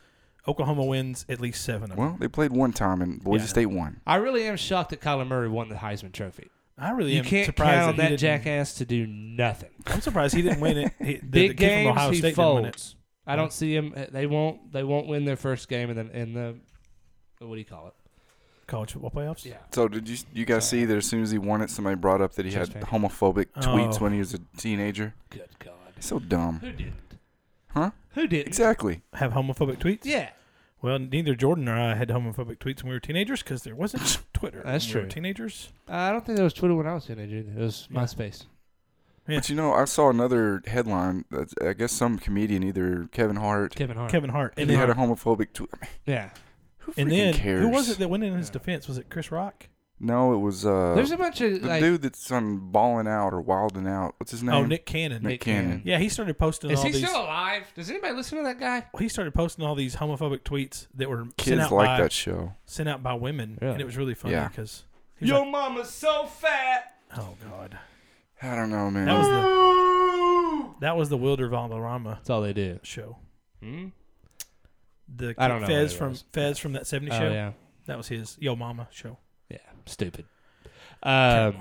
G: Oklahoma wins at least seven of them.
E: well, they played one time and Boise
G: Yeah.
E: State won.
F: I really am shocked that Kyler Murray won the Heisman Trophy.
G: I really
F: You
G: am
F: can't
G: surprised
F: count on
G: that, he
F: that
G: didn't-
F: jackass to do nothing.
G: I'm surprised he didn't win it. He, the, the
F: Big
G: kid from
F: games,
G: Ohio
F: he
G: State didn't win it.
F: folds. I don't see him. uh, They won't. They won't win their first game in the in the what do you call it?
G: College football playoffs.
E: So did you you guys see that as soon as he won it, somebody brought up that he had
F: Just fan.
E: homophobic
G: Oh.
E: tweets when he was a teenager?
F: Good God.
E: So dumb,
F: Who didn't?
E: huh?
F: Who didn't?
E: Exactly.
G: Have homophobic tweets.
F: Yeah.
G: Well, neither Jordan nor I had homophobic tweets when we were teenagers because there wasn't Twitter.
F: That's
G: when we were
F: true.
G: teenagers.
F: Uh, I don't think that was Twitter when I was in it. dude. It was MySpace.
G: Yeah.
E: But you know, I saw another headline. That I guess some comedian, either Kevin Hart,
F: Kevin Hart.
G: Kevin Hart. And
E: he
G: then,
E: had a homophobic tweet.
F: Yeah.
E: Who
G: and
E: freaking
G: then
E: cares?
G: who was it that went in his defense? Was it Chris Rock?
E: No, it was uh,
F: There's a bunch of
E: the
F: like.
E: dude that's on balling out or wilding out. What's his name?
G: Oh, Nick Cannon.
E: Nick
F: Nick
E: Cannon.
F: Cannon.
G: Yeah, he started posting
F: is
G: all
F: he
G: these.
F: still alive? Does anybody listen to that guy?
G: he started posting all these homophobic tweets that were sent
E: Kids
G: out
E: like
G: by
E: that show.
G: sent out by women,
F: Really?
G: and it was really funny
E: Yeah.
G: because he was
F: Your
G: like,
F: mama's so fat.
G: "Oh God,
E: I don't know, man.
G: that was the that was the Wilder Valderrama
F: That's all they do.
G: show."
F: Hmm?
G: The
F: I don't know
G: Fez
F: what it
G: from
F: was.
G: Fez from that '70s
F: Oh
G: show.
F: yeah.
G: That was his Yo Mama show.
F: Yeah. Stupid. Um.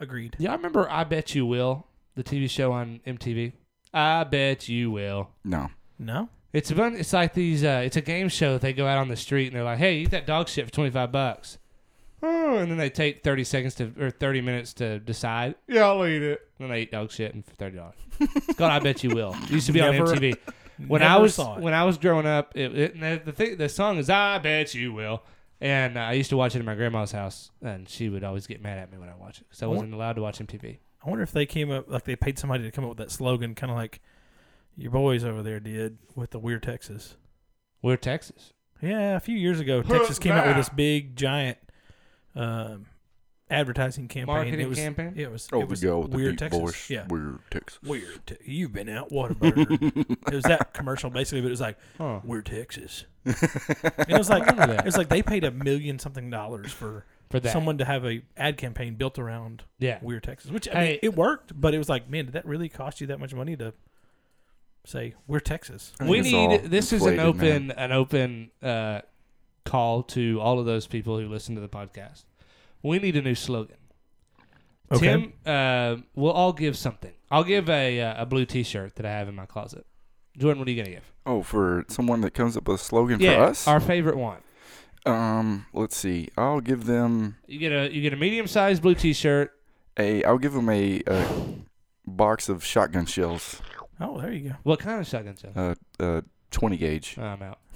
G: Agreed.
F: Yeah, I remember I Bet You Will, the TV show on MTV. I Bet You Will.
E: no.
G: No,
F: It's a bun- it's like these uh, it's a game show that they go out on the street and they're like, "Hey, eat that dog shit for 25 bucks." Oh, and then they take 30 seconds to or 30 minutes to decide. Yeah, I'll eat it. And then they eat dog shit and for $30. It's called I Bet You Will. It used to be
G: Never-
F: on MTV. When I
G: never
F: was
G: saw it.
F: when I was growing up, it, it, and the, the thing the song is I Bet You Will. And uh, I used to watch it in my grandma's house, and she would always get mad at me when I watch it because I wasn't allowed to watch MTV.
G: I wonder if they came up like they paid somebody to come up with that slogan, kind of like your boys over there did with the We're Texas.
F: We're Texas.
G: Yeah, a few years ago, Texas came out with this big giant um, advertising campaign.
F: Marketing
G: it was,
F: campaign?
G: It was.
E: Oh,
G: it
E: the
G: was
E: girl with the
G: We're
E: deep
G: Texas.
E: voice.
G: Yeah.
E: We're Texas.
G: Weird. Te- You've been out Whataburger. it was that commercial basically, but it was like
F: Huh.
G: we're Texas. and it was like
F: remember that.
G: it was like they paid a million something dollars for
F: For that.
G: someone to have a ad campaign built around
F: Yeah.
G: we're Texas, which I
F: Hey.
G: mean, it worked, but it was like, man, did that really cost you that much money to say we're Texas?
E: I think
F: we
E: it's all
F: need this is an
E: inflated, man.
F: open an open uh, call to all of those people who listen to the podcast. We need a new slogan. Tim, uh, we'll all give something. I'll give a uh, a blue T-shirt that I have in my closet. Jordan, what are you gonna give?
E: Oh, for someone that comes up with a slogan for us?
F: our favorite one.
E: um, let's see. I'll give them
F: You get a you get a medium sized blue T-shirt.
E: a I'll give them a, uh box of shotgun shells.
G: Oh, there you go.
F: What kind of shotgun shell?
E: Uh uh 20 gauge.
F: I'm out.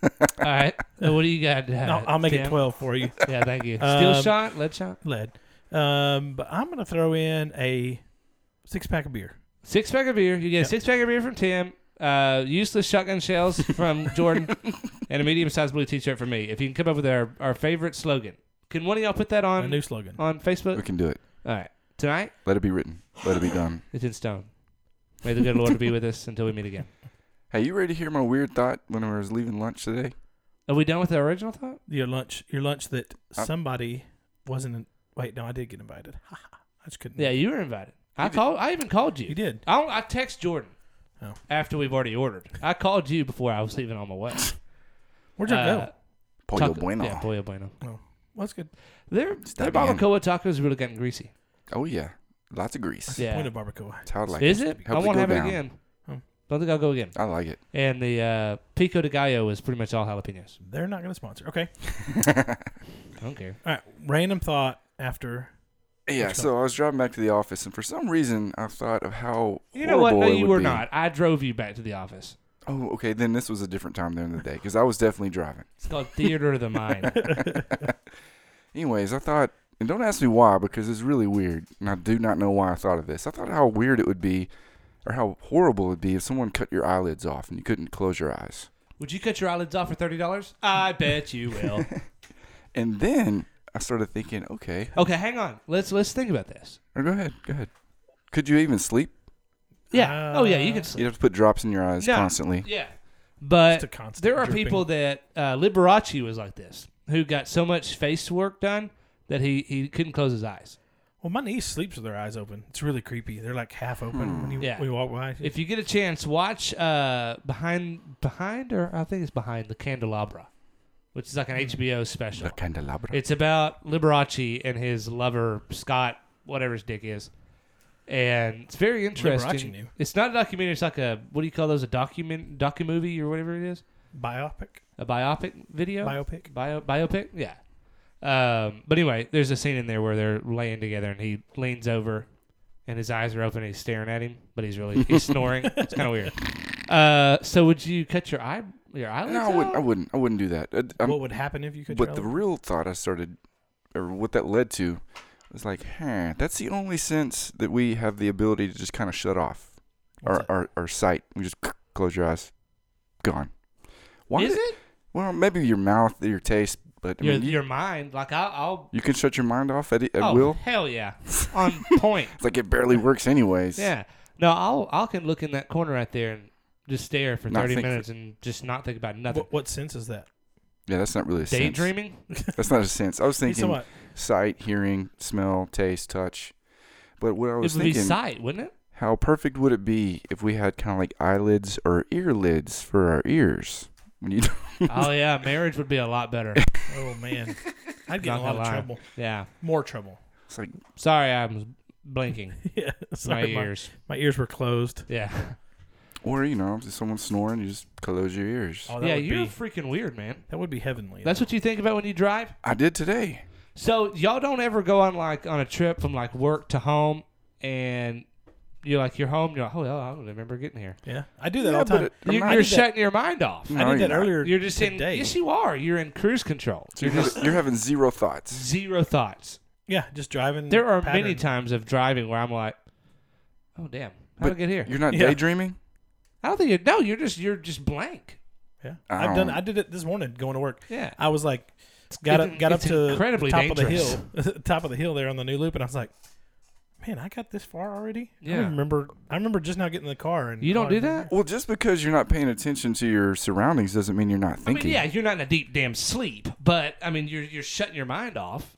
G: Uh, yeah.
F: All right, Uh, what do you got? uh,
G: I'll, I'll make it
F: Tim?
G: twelve for you.
F: Yeah, thank you.
G: Um,
F: Steel shot, lead shot,
G: Lead. Um, but I'm gonna throw in a six pack of beer.
F: six pack of beer. You get
G: Yep.
F: a six pack of beer from Tim. Uh, useless shotgun shells from Jordan. and a medium-sized blue T-shirt for me. If you can come up with our, our favorite slogan, can one of y'all put that
G: A
F: on
G: new slogan.
F: on
E: We
F: Facebook?
E: can do it.
F: All right, tonight
E: Let it be written. Let it be done.
F: it's in stone. May the good Lord be with us until we meet again.
E: Hey, you ready to hear my weird thought when I was leaving lunch today?
F: Are we done with the original thought?
G: Your lunch. Your lunch that
E: Uh,
G: somebody wasn't. In, wait, no, I did get invited. I just couldn't.
F: Yeah, you were invited. I
E: You did.
F: called. I even called you.
G: You did.
F: I, don't- I text Jordan
G: Oh.
F: after we've already ordered. I called you before I was leaving on my way.
G: Where'd you
F: Uh,
G: go?
E: Pollo
F: Taco-
E: Bueno.
F: Yeah, Pollo Bueno.
G: Oh, well, that's good.
F: Their, their
E: not bad.
F: barbacoa tacos really gotten greasy.
E: Oh yeah, lots of grease.
F: Yeah.
G: Point of barbacoa.
E: That's how I like
F: Is
E: it.
F: it? I
E: Helps
F: want to
E: go
F: have
E: down.
F: it again.
G: Hmm.
F: Don't think I'll go again.
E: I like it.
F: And the uh, pico de gallo is pretty much all jalapenos.
G: They're not going to sponsor. Okay.
F: I don't care.
G: All right. Random thought after.
E: Yeah. So I was driving back to the office, and for some reason, I thought of how
F: You know what? No,
E: horrible it
F: you
E: would
F: were
E: be.
F: not. I drove you back to the office.
E: Oh, okay. Then this was a different time during the day because I was definitely driving.
F: It's called Theater of the Mind.
E: Anyways, I thought, and don't ask me why because it's really weird, and I do not know why I thought of this. I thought how weird it would be, or how horrible it would be if someone cut your eyelids off and you couldn't close your eyes.
F: Would you cut your eyelids off for thirty dollars? I bet you will.
E: And then I started thinking, okay,
F: okay, hang on. Let's let's think about this.
E: or go ahead, go ahead. Could you even sleep?
F: Yeah. oh yeah, you can
E: You'd
F: sleep
E: have to put drops in your eyes
F: No.
E: constantly.
F: Yeah. But
G: Just a constant
F: there are
G: dripping.
F: people that uh, Liberace was like this, who got so much face work done that he, he couldn't close his eyes.
G: Well, my niece sleeps with her eyes open. It's really creepy. They're like half open when you
F: Hmm. Yeah.
G: when you walk by.
F: If you get a chance, watch uh, behind behind or I think it's behind the candelabra, which is like an HBO special.
E: Hmm. The candelabra.
F: It's about Liberace and his lover Scott, whatever his dick is, and it's very interesting.
G: knew.
F: It's not a documentary. It's like a what do you call those? A document docu movie or whatever it is.
G: Biopic.
F: A biopic video.
G: Biopic.
F: Bio biopic. Yeah. Um, but anyway, there's a scene in there where they're laying together and he leans over, and his eyes are open. and He's staring at him, but he's really he's snoring. It's kind of weird. Uh, so would you cut your eye your eyelids?
E: no, I wouldn't. I
F: out?
E: wouldn't. I wouldn't do that. I, I'm-
G: what would happen if you could?
E: Um, But
G: try
E: the
G: that?
E: real thought I started, or what that led to, was like, huh, that's the only sense that we have the ability to just kind of shut off our,
G: What's
E: our, our sight. We just close your eyes, gone. Why
F: Is
E: did-
F: it
E: Well, maybe your mouth, your taste, but I
F: your
E: mean, you,
F: your mind? Like I'll, I'll
E: you can shut your mind off at, at
F: oh,
E: will.
F: Hell yeah, on point.
E: It's like it barely works anyways.
F: Yeah. No, I'll I can look in that corner right there and just stare for
E: Not
F: thirty
E: think for-
F: minutes and just not think about nothing.
G: What, what sense is that?
E: Yeah, that's not really a sense.
F: Daydreaming?
E: That's not a sense. I was
G: He's
E: thinking
G: somewhat-
E: sight, hearing, smell, taste, touch. But what I
F: It
E: was
F: would be
E: thinking,
F: sight, wouldn't it?
E: How perfect would it be if we had kind of like eyelids or ear lids for our ears? When you
F: Oh yeah, marriage would be a lot better.
G: Oh man, I'd get
F: Not
G: in a lot
F: gonna
G: of
F: lie.
G: trouble.
F: Yeah.
G: More trouble.
E: it's like
F: Sorry, I'm blinking.
G: Yeah, sorry,
F: my
G: my,
F: ears.
G: my ears were closed.
F: Yeah.
E: or you know, if someone's snoring, you just close your ears.
G: Oh, that
F: Yeah,
G: would
F: you're
G: be
F: freaking weird, man.
G: that would be heavenly.
F: That's what you think about when you drive.
E: I did today.
F: So y'all don't ever go on like on a trip from like work to home, and you're like you're home. You're like, oh, well, I don't remember getting here.
G: yeah, I do that
E: Yeah,
G: all the
E: but
G: time.
E: it- I'm
F: You're,
E: not-
F: you're
E: I did that-
F: shutting your mind off.
E: No,
G: I did
E: you're
G: that
E: not.
G: earlier.
F: You're just in.
G: today.
F: Yes, you are. You're in cruise control.
E: You're, having, you're having zero thoughts.
F: Zero thoughts.
G: yeah, just driving.
F: There are
G: pattern.
F: many times of driving where I'm like, "Oh damn, how
E: But
F: did I get here?"
E: You're not
G: Yeah.
E: daydreaming.
F: I don't think you. No, you're just you're just blank.
G: Yeah,
E: I
G: I've done.
E: don't-
G: I did it this morning going to work.
F: Yeah.
G: I was like, got up,
F: it's-
G: got up
F: it's
G: to
F: incredibly
G: the top
F: dangerous.
G: of the hill, top of the hill there on the new loop, and I was like, man, I got this far already. I
F: Yeah.
G: don't remember. I remember just now getting in the car, and
F: You don't
G: oh,
F: do that.
E: Well, just because you're not paying attention to your surroundings doesn't mean you're not
F: I mean,
E: thinking.
F: yeah, you're not in a deep damn sleep, but I mean, you're you're shutting your mind off.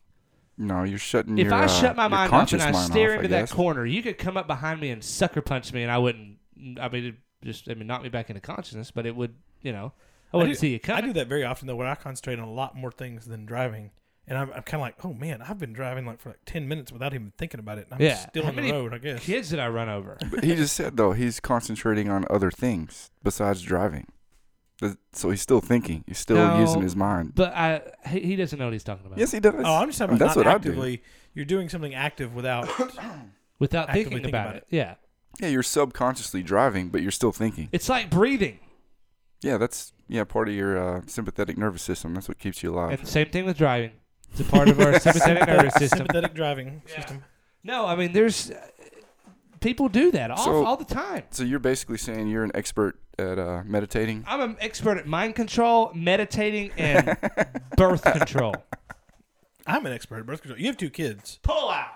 E: No, you're shutting
F: If
E: your.
F: I
E: uh,
F: shut my
E: your
F: mind off and
E: conscious
F: I
E: mind
F: stare
E: off,
F: into
E: I
F: that
E: guess.
F: corner, you could come up behind me and sucker punch me, and I wouldn't. I mean, it'd just I mean, knock me back into consciousness, but it would, you know, I
G: I
F: wouldn't
G: do,
F: see you
G: I
F: coming.
G: do that very often though, where I concentrate on a lot more things than driving, and I'm, I'm kind of like, oh man, I've been driving like for like ten minutes without even thinking about it, and I'm
F: yeah,
G: still
F: How
G: on the
F: many
G: road. I guess.
F: Kids that I run over.
E: But he just said though he's concentrating on other things besides driving. Th- So he's still thinking. He's still
F: No,
E: using his mind.
F: But I, he, he doesn't know what he's talking about.
E: yes, he does.
G: Oh, I'm just talking
E: And
G: about
E: that's what
G: not
E: I do.
G: actively. You're doing something active without.
F: without
G: Actively
F: thinking
G: think
F: about,
G: about
F: it. Yeah,
E: Yeah, you're subconsciously driving, but you're still thinking.
F: it's like breathing.
E: Yeah, that's yeah part of your uh, sympathetic nervous system. That's what keeps you alive.
F: And same thing with driving. It's a part of our sympathetic nervous system.
G: sympathetic driving system.
F: No, I mean, there's uh, people do that all,
E: So-
F: all the time.
E: so you're basically saying you're an expert at uh, meditating.
F: I'm an expert at mind control, meditating, and birth control.
G: I'm an expert at birth control. You have two kids.
F: Pull out.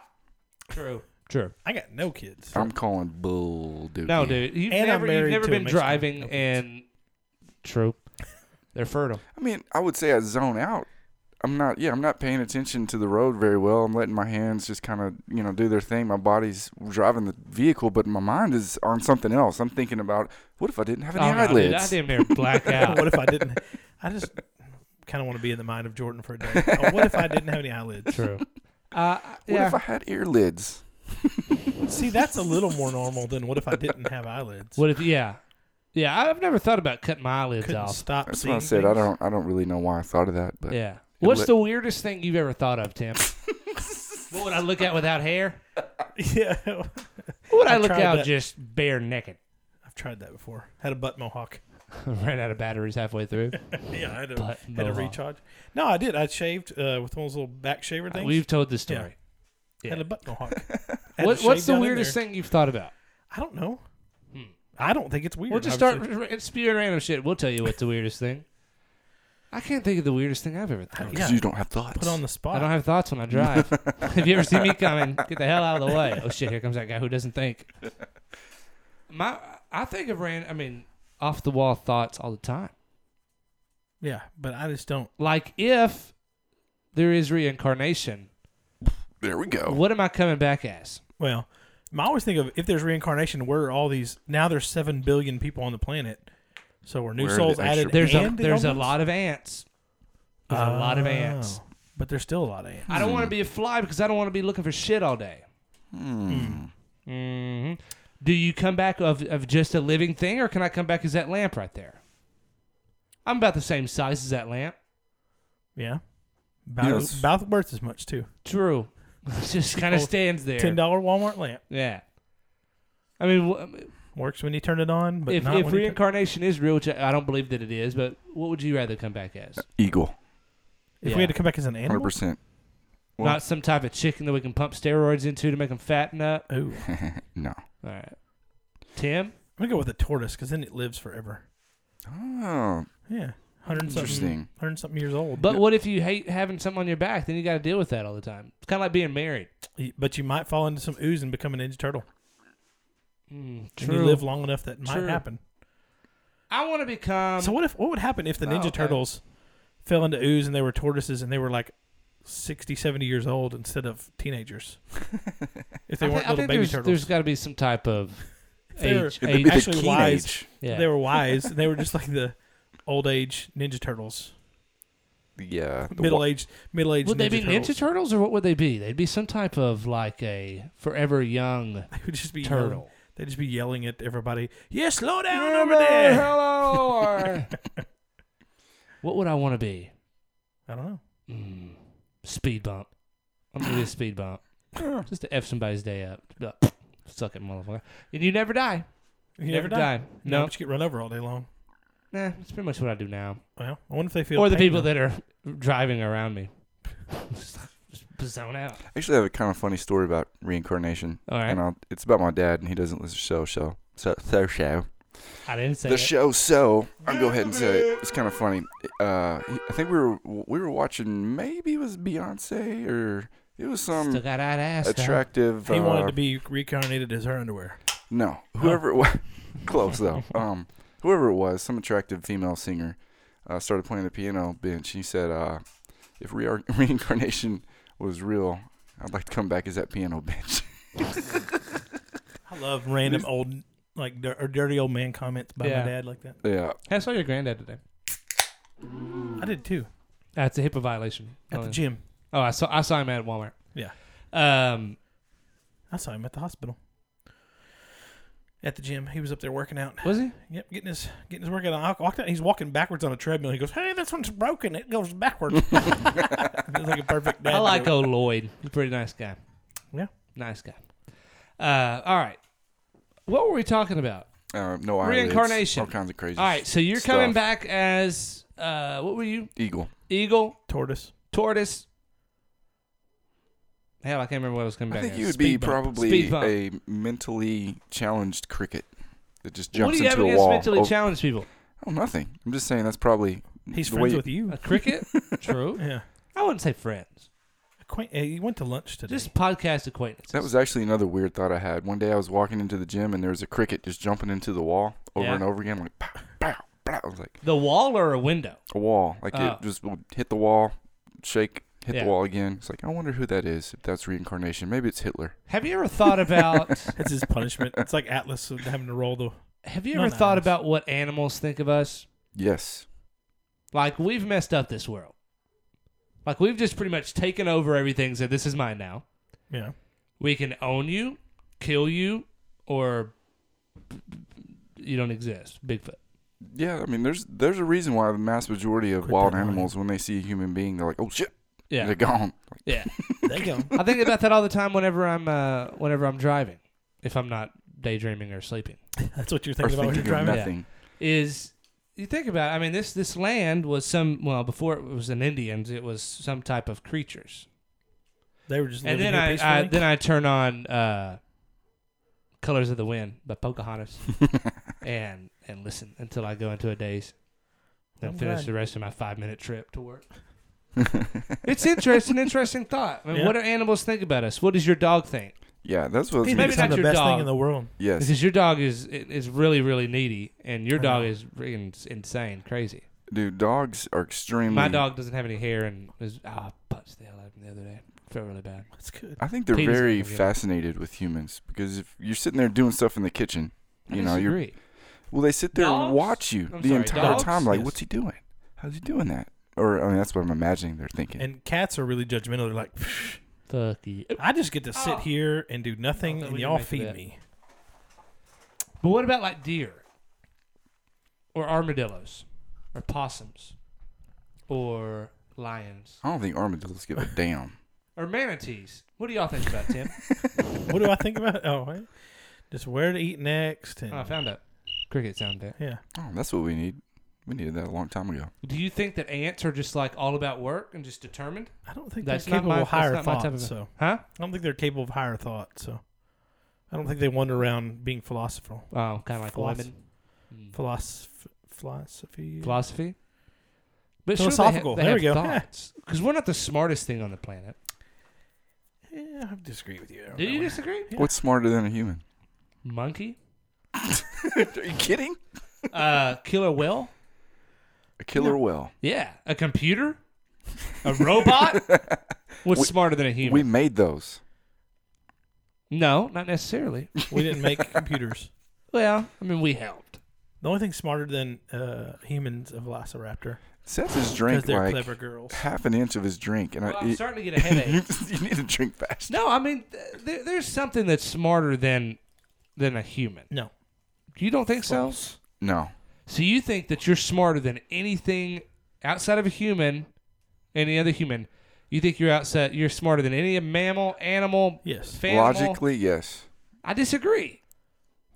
F: True. True.
G: I got no kids.
E: I'm calling bull, dude.
F: No, dude, you've
G: And I'm
F: never, you've
G: married
F: never
G: to a
F: been
G: Mexican.
F: driving
G: No kids.
F: and true. They're fertile.
E: I mean, I would say I zone out. I'm not. Yeah, I'm not paying attention to the road very well. I'm letting my hands just kind of you know do their thing. My body's driving the vehicle, but my mind is on something else. I'm thinking about what if I didn't have any
F: Oh, no, dude, I
E: eyelids?
F: damn near black out.
G: what if I didn't? I just kind of want to be in the mind of Jordan for a day. Oh, what if I didn't have any eyelids?
F: True. Uh,
E: What
F: yeah.
E: if I had ear lids?
G: See, that's a little more normal than what if I didn't have eyelids?
F: What if? Yeah, yeah. I've never thought about cutting my eyelids
G: Couldn't
F: off.
G: stop.
E: That's
G: seeing
E: what I said. I
G: things?
E: don't. I don't really know why I thought of that. But
F: Yeah.
E: It
F: What's
E: would-
F: the weirdest thing you've ever thought of, Tim? what would I look at without hair?
G: Yeah,
F: What would I,
G: I
F: look
G: tried
F: out
G: that.
F: just bare naked?
G: I've tried that before. Had a butt mohawk.
F: Ran out of batteries halfway through.
G: Yeah, I had a,
F: Butt
G: had a
F: mohawk.
G: recharge. No, I did. I shaved uh, with one of those little back shaver things.
F: We've told this story.
G: had a butt mohawk. Had
F: What, what's
G: to shave
F: the
G: down in
F: weirdest
G: there.
F: thing you've thought about?
G: I don't know. I don't think it's weird.
F: We'll Hmm. just
G: obviously.
F: start r- spewing random shit. We'll tell you what's the weirdest thing. I can't think of the weirdest thing I've ever thought. of.
E: because
G: Yeah.
E: you don't have thoughts.
G: put on the spot.
F: I don't have thoughts when I drive. Have you ever seen me coming? Get the hell out of the way. Oh shit, here comes that guy who doesn't think. My I think of ran I mean, off the wall thoughts all the time.
G: yeah, but I just don't.
F: Like if there is reincarnation,
E: there we
G: Oh.
E: go.
F: what am I coming back as?
G: Well, I always think of if there's reincarnation, where are all these? Now there's seven billion people on the planet, so we're new
E: Where are the
G: souls
E: extra-
G: added.
F: There's
G: and
F: a
G: it
F: there's a
G: opens?
F: lot of ants. There's a lot of ants.
G: Oh, but there's still a lot of ants.
F: I don't want to be a fly because I don't want to be looking for shit all day. hmm Do you come back of, of just a living thing, or can I come back as that lamp right there? I'm about the same size as that lamp.
G: Yeah, about,
E: Yes.
G: about worth as much too.
F: True. just kind of
G: Oh,
F: stands there.
G: Ten dollar Walmart lamp
F: Yeah. I mean, wh-
G: works when you turn it on, but
F: if, if
G: not when you turn-
F: reincarnation is real, which I I don't believe that it is, but what would you rather come back as?
E: Eagle,
G: if
F: Yeah.
G: we had to come back as an
E: hundred
G: animal.
E: percent. Well-
F: Not some type of chicken that we can pump steroids into to make them fatten up.
G: Oh, I'm
E: No.
F: All right. Tim?
G: gonna go with a tortoise because then it lives forever.
E: Oh,
G: Yeah, hundred
E: Interesting.
G: something, hundred something years old.
F: But what if you hate having something on your back? Then you got to deal with that all the time. It's kind of like being married.
G: but you might fall into some ooze and become a ninja turtle. Mm, If
F: True.
G: you live long enough, that might
F: True.
G: happen.
F: I want to become.
E: Um,
G: So what if what would happen if the Ninja
F: okay.
G: Turtles fell into ooze and they were tortoises and they were like 60, 70 years old instead of teenagers? if they
F: I thi- I
G: weren't little
F: think
G: baby
F: there's,
G: turtles,
F: there's got to be some type of
G: they were
F: age.
E: it'd be
F: age
E: the
G: actually
E: keen
G: wise.
E: age.
F: yeah.
G: they were wise and they were just like the old age Ninja Turtles,
E: Yeah. the
G: middle
E: wa-
G: aged middle aged.
F: would they be
G: turtles.
F: Ninja Turtles or what would they be? They'd be some type of like a forever young
G: They would just be yelling-
F: turtle.
G: They'd just be yelling at everybody. Yeah, slow down over there.
F: Hello. or- what would I want to be?
G: I don't know.
F: Mm, speed bump. I'm gonna be a speed bump. Just to f somebody's day up. Like, Suck it, motherfucker. And you never die.
G: You
F: never die.
G: No,
F: No.
G: but you get run over all day long.
F: Nah, that's pretty much what I do now.
G: Well, I wonder if they feel.
F: Or the
G: pain
F: people
G: though.
F: that are driving around me. Just zone out.
E: Actually, I have a kind of funny story about reincarnation.
F: All right.
E: And I'll, it's about my dad, and he doesn't listen to show show so so show
F: I didn't say
E: the
F: it.
E: show. So I'll go ahead and say it. It's kind of funny. Uh, he- I think we were we were watching. Maybe it was Beyonce or it was
F: Still
E: some
F: got that ass. though.
E: attractive.
G: he wanted
E: uh,
G: to be reincarnated as her underwear.
E: No,
F: Oh.
E: whoever it was, close though. Um, whoever it was, some attractive female singer, uh, started playing the piano bench. He said, uh, "If re- reincarnation was real, I'd like to come back as that piano bench."
G: I love random old, like dir- or dirty old man comments by
F: Yeah.
G: my dad like that.
E: yeah,
F: I saw your granddad today.
G: I did too
F: That's a HIPAA violation.
G: at
F: Oh,
G: the gym.
F: Oh, I saw I saw him at Walmart.
G: Yeah,
F: Um,
G: I saw him at the hospital. At the gym, he was up there working out.
F: was he?
G: Yep, getting his getting his workout. I walked out. He's walking backwards on a treadmill. He goes, "Hey, this one's broken. It goes backwards." it's like a perfect. Dad
F: I like
G: joke.
F: old Lloyd. He's a pretty nice guy.
G: Yeah.
F: Nice guy. Uh, all right. What were we talking about?
E: uh, no eyelids,
F: Reincarnation.
E: all kinds of crazy.
F: All right, so you're
E: stuff.
F: coming back as uh, what were you?
E: eagle.
F: Eagle,
G: tortoise.
F: tortoise. Hell, I can't remember what I was coming
E: I
F: back
E: think
F: as.
E: you would
F: Speed
E: be
F: bump.
E: probably
F: Speed bump.
E: a mentally challenged cricket that just
F: what
E: jumps
F: do you have
E: into a
F: against
E: wall.
F: mentally
E: oh,
F: challenged people?
E: oh, nothing. I'm just saying that's probably
G: He's
E: the way
G: friends
E: you-
G: with you.
F: A cricket? True.
G: Yeah,
F: I wouldn't say friends.
G: Acquaint- uh, you went to lunch today.
F: Just podcast acquaintances.
E: That was actually another weird thought I had. One day I was walking into the gym and there was a cricket just jumping into the wall over
F: Yeah.
E: and over again, like pow, pow, pow. I was like
F: the wall or a window.
E: a wall, like
F: Oh.
E: it just would hit the wall, shake, hit
F: Yeah.
E: the wall again. It's like I wonder who that is. If that's reincarnation, maybe it's Hitler.
F: Have you ever thought about?
G: That's his punishment. it's like Atlas having to roll the.
F: have you
G: No,
F: ever
G: no,
F: thought
G: it's-
F: about what animals think of us?
E: Yes,
F: Like we've messed up this world. Like we've just pretty much taken over everything. Said this is mine now.
G: Yeah.
F: We can own you, kill you, or you don't exist, Bigfoot.
E: Yeah, I mean, there's there's a reason why the mass majority of wild animals, when they see a human being, they're like, "Oh shit!"
F: Yeah.
E: They're gone. Like,
F: Yeah.
G: There you go.
F: I think about that all the time whenever I'm uh, whenever I'm driving, if I'm not daydreaming or sleeping.
G: That's what you're
E: or
G: thinking about when
E: thinking
G: you're
E: of
G: driving.
F: Yeah.
E: nothing.
F: Is you think about it, I mean this this land was some well before it was an Indians it was some type of creatures
G: They were just
F: and
G: living
F: then
G: here
F: I,
G: peacefully.
F: I then I turn on uh, Colors of the Wind by Pocahontas and and listen until I go into a daze then
G: I'm
F: finish
G: glad.
F: the rest of my five minute trip to work. it's interesting, interesting thought. I mean,
G: Yeah.
F: What do animals think about us? What does your dog think?
E: Yeah, that's what.
G: He
E: It's
F: Maybe
G: thinks
F: not
G: I'm the
F: your
G: best
F: dog.
G: thing in the world.
E: yes,
F: Because your dog is is really really needy, and your
G: I
F: dog
G: know.
F: is freaking insane, crazy.
E: dude, dogs are extremely.
F: My dog doesn't have any hair, and is oh, I punched the hell out of him the other day. Felt really bad.
G: That's good.
E: I think they're
F: Penis
E: very
F: gonna get it.
E: fascinated with humans because if you're sitting there doing stuff in the kitchen,
F: I
E: you know, you're
F: disagree.
E: well, they sit there
F: Dogs?
E: and watch you
F: I'm
E: the
F: sorry,
E: entire
F: dogs?
E: time. Like,
G: Yes.
E: what's he doing? How's he doing that? Or I mean, that's what I'm imagining they're thinking.
G: And cats are really judgmental. They're like,
F: fuck you.
G: I just get to
F: Oh.
G: sit here and do nothing,
F: Nothing
G: and
F: we
G: y'all
F: can make of
G: feed
F: that.
G: me.
F: But what about like deer, or armadillos, or possums, or lions,
E: I don't think armadillos give a damn.
F: or manatees? What do y'all think about Tim?
G: what do I think about? Oh, wait. just where to eat next, and
F: oh, I found a cricket sound there.
G: yeah,
E: Oh, that's what we need. We needed that a long time ago.
F: Do you think that ants are just like all about work and just determined?
G: I don't think
F: That's
G: they're
F: not
G: capable
F: my
G: of higher
F: that's not my type
G: thought.
F: of
G: So
F: huh?
G: I don't think they're capable of higher thought. So I don't think they wander around being philosophical.
F: Oh, kind of like
G: Philosoph-
F: women. Mm.
G: Philosoph- philosophy.
F: philosophy. But Sure
G: Philosophical.
F: they ha-
G: There
F: they
G: we go.
F: have Because we're not the smartest thing on the planet.
G: yeah, I disagree with you. on
F: Do
G: that
F: you
G: one.
F: disagree?
E: What's smarter than a human?
F: Monkey,
E: Are you kidding?
F: uh, killer whale,
E: A killer whale.
F: yeah, a computer, a robot. What's smarter than a human?
E: We made those.
F: no, not necessarily.
G: we didn't make computers.
F: Well, I mean, we helped.
G: The only thing smarter than uh, humans, a velociraptor,
E: Seth has
G: because
E: drank
G: they're
E: like
G: clever girls.
E: half an inch of his drink, and
F: Well,
E: I,
F: I'm
E: it-
F: starting to get a headache.
E: you need to drink fast.
F: No, I mean, th- there, there's something that's smarter than than a human.
G: No,
F: You don't think so?
E: No,
F: So you think that you're smarter than anything outside of a human, any other human? You think you're outside? You're smarter than any mammal, animal,
G: Yes.
F: fanimal?
E: logically, yes.
F: I disagree.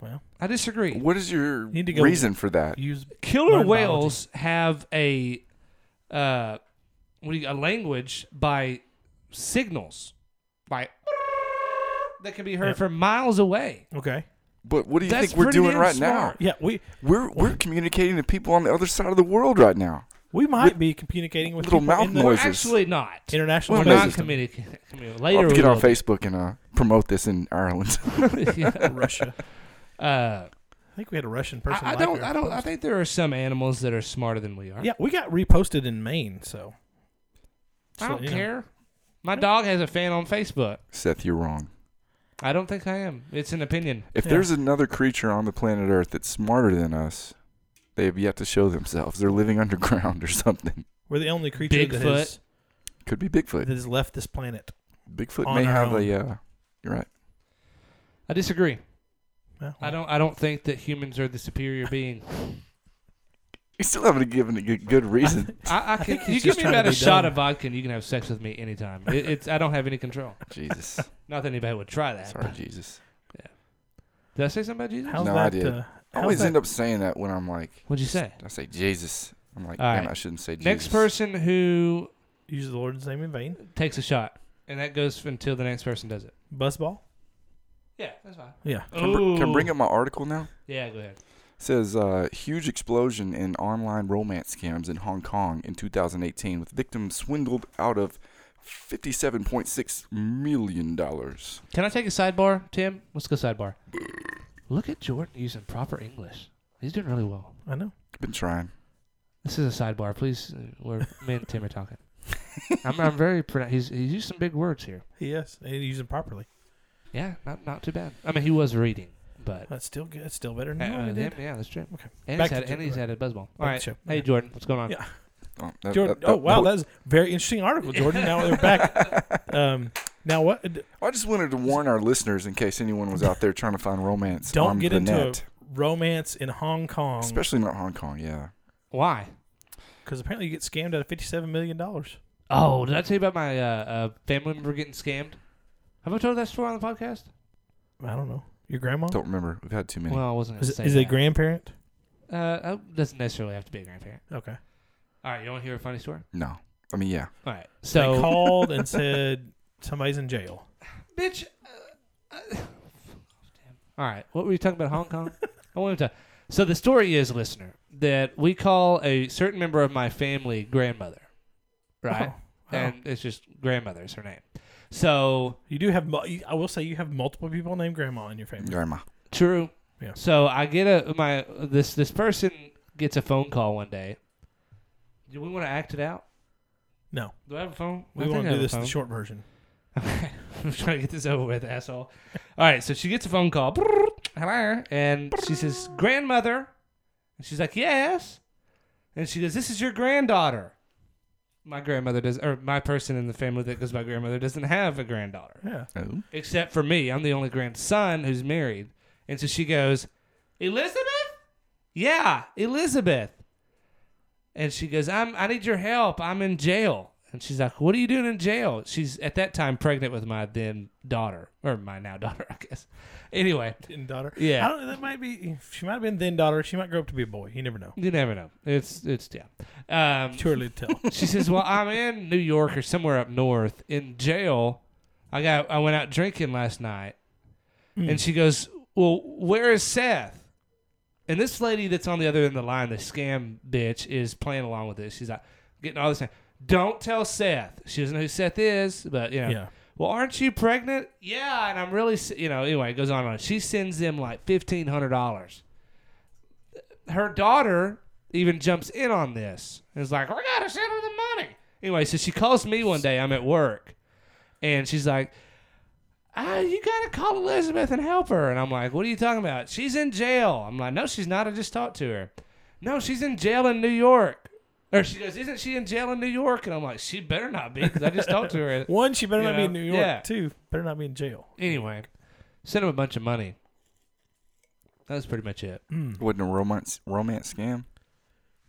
G: well,
F: I disagree.
E: What is your
G: Need to go-
E: reason for that?
G: use
F: Killer
G: learn
F: whales have a, uh, what do you, a language by signals, by that can be heard
G: Yeah.
F: from miles away.
G: Okay.
E: But what do you
F: That's
E: think we're
F: pretty
E: doing
F: damn
E: right
F: smart.
E: now?
G: Yeah, we
E: We're we're communicating to people on the other side of the world right now.
G: we might be communicating with
E: little
G: people
E: mouth
G: in the
F: We're
E: noises.
F: actually not.
G: international
F: We're
E: Well,
G: space
F: not
G: system.
F: communicating.
E: I'll
F: Later,
E: have to
F: we
E: get on
F: will be.
E: Facebook and uh, promote this in Ireland.
F: Yeah.
G: Russia.
F: Uh,
G: I think we had a Russian person.
F: I, I
G: like
F: don't.
G: her.
F: I don't. I think there are some animals that are smarter than we are.
G: Yeah, we got reposted in Maine, so
F: I
G: So,
F: don't
G: you know.
F: care. My dog has a fan on Facebook.
E: Seth, you're wrong.
F: I don't think I am. It's an opinion.
E: If
G: Yeah.
E: there's another creature on the planet Earth that's smarter than us, they have yet to show themselves. They're living underground or something.
G: we're the only creature that
F: Bigfoot.
G: has,
E: Could be
G: that
E: Bigfoot.
G: has left this planet.
E: Bigfoot
G: On
E: may
G: our
E: have
G: own.
E: a. Uh, you're right.
F: I disagree.
G: Well,
F: I don't. I don't think that humans are the superior being.
E: You still haven't given a good, good reason.
F: I, I
G: I
F: can.
G: think he's
F: you give
G: just
F: me
G: trying to
F: about a
G: be
F: shot
G: dumb.
F: of vodka, and you can have sex with me anytime. It, it's. I don't have any control.
E: Jesus.
F: Not that anybody would try that.
E: Sorry, Jesus.
F: Did I say something about Jesus?
G: How's
E: No,
G: that?
E: I did.
G: Uh,
E: I
G: how's
E: always
G: that?
E: end up saying that when I'm like,
F: What'd you say?
E: I say Jesus. I'm like,
F: All
E: damn,
F: right.
E: I shouldn't say Jesus.
F: Next person who
G: use the Lord's name in vain.
F: takes a shot, and that goes until the next person does it.
G: Buzzball.
F: Yeah, that's fine.
G: Yeah.
E: Can, I br- can I bring up my article now?
F: Yeah, go ahead.
E: says uh, huge explosion in online romance scams in Hong Kong in 2018 with victims swindled out of 57.6 million dollars.
F: Can I take a sidebar, Tim? Let's go sidebar. Look at Jordan using proper English. He's doing really well.
G: I know.
E: Been trying.
F: This is a sidebar, please. uh, Where me and Tim are talking. I'm, I'm very. Pronoun- he's he's used some big words here.
G: Yes, and use them properly.
F: Yeah, not not too bad. I mean, he was reading, but
G: That's still good. That's still better
F: Uh,
G: than what I
F: him,
G: did.
F: yeah, that's true.
G: Okay.
F: And
G: Back
F: he's had
G: to
F: and he's
G: Jordan.
F: had a buzzball. All
G: Back
F: right,
G: to show.
F: hey
G: Okay.
F: Jordan, what's going on?
G: Yeah.
E: Oh, that-
G: Jordan,
E: that- that-
G: oh wow,
E: that-
G: that's very interesting article, Jordan. Now they're back. Um, now what?
E: I just wanted to warn our listeners in case anyone was out there trying to find romance
G: Don't
E: on
G: get
E: the
G: into
E: net,
G: romance in Hong Kong
E: especially not Hong Kong. Yeah,
F: Why?
G: because apparently you get scammed out of fifty-seven million dollars.
F: Oh, did I tell you about my uh, uh, family member getting scammed? Have I told that story on the podcast?
G: I don't know. Your grandma
E: don't remember. We've had too many.
F: Well, I wasn't going to
G: is,
F: say
G: is it a
F: that.
G: grandparent?
F: Uh, uh, doesn't necessarily have to be a grandparent.
G: Okay.
F: All right, you want to hear a funny story?
E: no, I mean yeah.
F: All right,
G: They
F: so
G: called and said somebody's in jail.
F: bitch. Uh, uh, all right, what were you talking about, Hong Kong? I wanted to. So the story is, listener, that we call a certain member of my family grandmother, right?
G: Oh, wow.
F: And it's just grandmother is her name. So
G: You do have. mul- I will say you have multiple people named grandma in your family.
E: Grandma.
F: True.
G: Yeah.
F: So I get a my this this person gets a phone call one day. Do we want to act it out?
G: No,
F: Do I have a phone? I
G: we
F: think
G: want
F: I
G: to
F: have
G: do
F: a
G: this
F: phone.
G: the short version.
F: Okay. I'm trying to get this over with, asshole. All right, so she gets a phone call. Hello. And she says, Grandmother. And she's like, Yes. And she goes, This is your granddaughter. My grandmother does, or my person in the family that goes by grandmother doesn't have a granddaughter
G: Yeah.
E: Oh,
F: except for me. I'm the only grandson who's married. And so she goes, Elizabeth? Yeah, Elizabeth. And she goes, I'm I need your help. I'm in jail. And she's like, What are you doing in jail? She's at that time pregnant with my then daughter. Or my now daughter, I guess. Anyway,
G: Thin daughter.
F: Yeah.
G: I don't, that might be. She might have been thin daughter. She might grow up to be a boy. You never know.
F: you never know. It's it's yeah. Um
G: Too early to tell.
F: she says, "Well, I'm in New York or somewhere up north in jail. I got I went out drinking last night." And she goes, "Well, where is Seth?" And this lady that's on the other end of the line, the scam bitch, is playing along with this. She's like, getting all this. Thing. Don't tell Seth. She doesn't know who Seth is, but you know.
G: Yeah.
F: Well, aren't you pregnant? Yeah, and I'm really, s- you know. Anyway, it goes on and on. She sends them like fifteen hundred dollars her daughter even jumps in on this and is like, "We gotta send her the money." Anyway, so she calls me one day. I'm at work, and she's like, ah, "You gotta call Elizabeth and help her." And I'm like, "What are you talking about? She's in jail." I'm like, "No, she's not. I just talked to her." No, she's in jail in New York. Or she goes, "Isn't she in jail in New York?" And I'm like, "She better not be because I just talked to her."
G: One, she better
F: You
G: not be in
F: know,
G: New York.
F: yeah.
G: Two, better not be in jail.
F: Anyway, sent him a bunch of money. That was pretty much it.
E: wasn't a romance romance scam.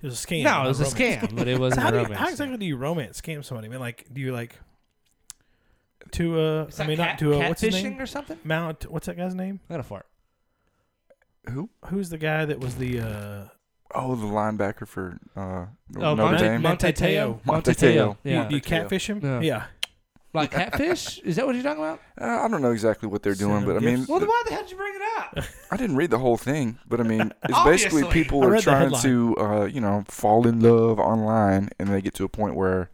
G: It was a scam.
F: No, it was a
G: not romance.
F: scam, but it
G: So
F: wasn't
G: how,
F: a
G: do you,
F: romance.
G: how exactly do you romance scam somebody? I mean, like, do you like to uh? I mean, not to uh. What's his name?
F: or something?
G: Mount. What's that guy's name?
F: I got a fart.
E: Who?
G: Who's the guy that was the uh?
E: Oh, the linebacker for uh,
F: Oh,
E: Notre
F: Monte,
E: Dame.
F: Monte Teo.
E: Monteteo.
G: Monteteo.
F: Yeah.
G: Do you catfish him?
F: Yeah.
G: yeah.
F: like catfish? Is that what you're talking about?
E: Uh, I don't know exactly what they're
G: Send
E: doing,
G: them
E: but I mean,
G: gifts.
F: Well, then why the hell did you bring it up?
E: I didn't read the whole thing, but I mean, it's basically
F: Obviously.
E: people
G: I
E: are
G: read the
E: trying to, uh, you know, fall in love online, and they get to a point where,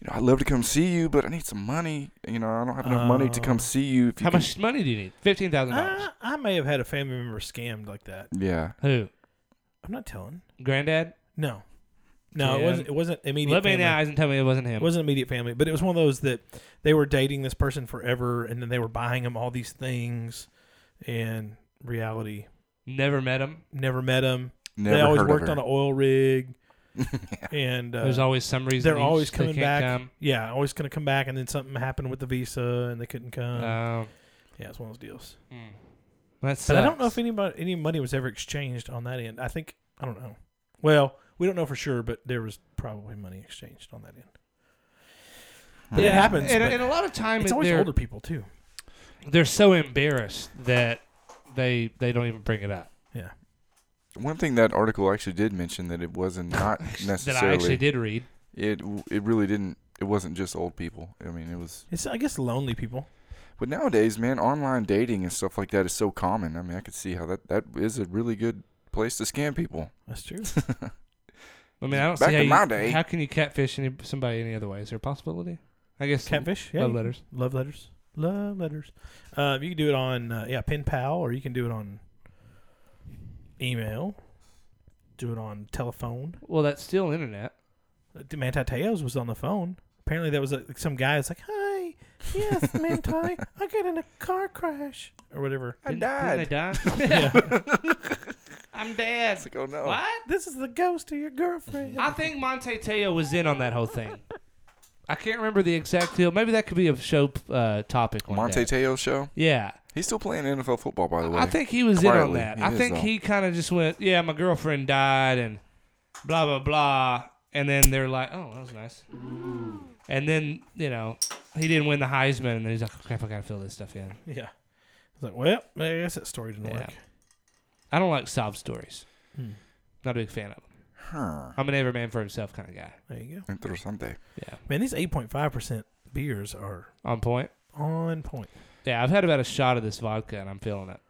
E: you know, I'd love to come see you, but I need some money. You know, I don't have enough money to come
G: Oh.
E: see you. If you
F: How
E: can-
F: much money do you need? Fifteen thousand dollars.
G: I, I may have had a family member scammed like that.
E: Yeah,
F: Who?
G: I'm not telling.
F: Granddad?
G: No, no, it
F: Yeah.
G: wasn't. It wasn't immediate.
F: Look me in the
G: family.
F: eyes and tell me it wasn't
G: It
F: him.
G: wasn't immediate family, but it was one of those that they were dating this person forever, and then they were buying him all these things, and reality
F: Never met him.
G: never met him.
E: never
G: they always
E: heard
G: worked
E: of
G: on
E: her.
G: an oil rig, and uh,
F: There's always some reason
G: they're
F: he-
G: always
F: they
G: coming
F: can't
G: back.
F: come.
G: Yeah, always going to come back, and then something happened with the visa, and they couldn't come.
F: Um, hmm.
G: yeah, it's one of those deals.
F: that
G: But I don't know
F: sucks.
G: if anybody any money was ever exchanged on that end. I think I don't know. Well, we don't know for sure, but there was probably money exchanged on that end. But it happens.
F: And,
G: but
F: and a lot of time
G: it's always
F: they're,
G: older people too.
F: they're so embarrassed that they they don't even bring it up.
G: Yeah.
E: One thing that article actually did mention that it wasn't not
F: That I
E: necessarily.
F: actually did read.
E: It w- it really didn't. It wasn't just old people. I mean, it was.
G: It's I guess lonely people.
E: But nowadays, man, online dating and stuff like that is so common. I mean, I could see how that that is a really good place to scam people.
G: That's true.
F: I mean, I don't
E: Back
F: see how
E: in
F: you,
E: my day.
F: How can you catfish any, somebody any other way? Is there a possibility? I guess
G: Catfish. Yeah.
F: Love letters.
G: Love letters. Love letters. Uh, you can do it on uh, yeah pen pal, or you can do it on email. Do it on telephone.
F: Well, that's still internet.
G: Uh, Manti Teos was on the phone. Apparently, that was like some guy that's like, "Hi, yes, Manti, I got in a car crash or whatever."
E: I
F: Didn't- didn't
E: died.
F: I die? I'm dead.
E: It's like, oh no.
F: What?
G: This is the ghost of your girlfriend.
F: I think Monte Teo was in on that whole thing. I can't remember the exact deal. Maybe that could be a show uh, topic one
E: Monte
F: day.
E: Teo show.
F: Yeah.
E: He's still playing NFL football, by the way.
F: I think he was
E: Quietly,
F: in on that.
E: he uh,
F: I
E: is,
F: think
E: though.
F: he kind of just went, yeah, my girlfriend died and blah, blah, blah. And then they're like, oh, that was nice. And then, you know, he didn't win the Heisman. And then he's like, oh, crap, I got to fill this stuff in.
G: Yeah. It's like, well, I guess that story didn't
F: Yeah.
G: work.
F: I don't like sob stories. Not a big fan of them.
E: Huh.
F: I'm an every man for himself kind of guy.
G: There you go.
E: Interesante.
G: Man, these 8.5% beers are
F: On point.
G: on point.
F: Yeah, I've had about a shot of this vodka and I'm feeling it.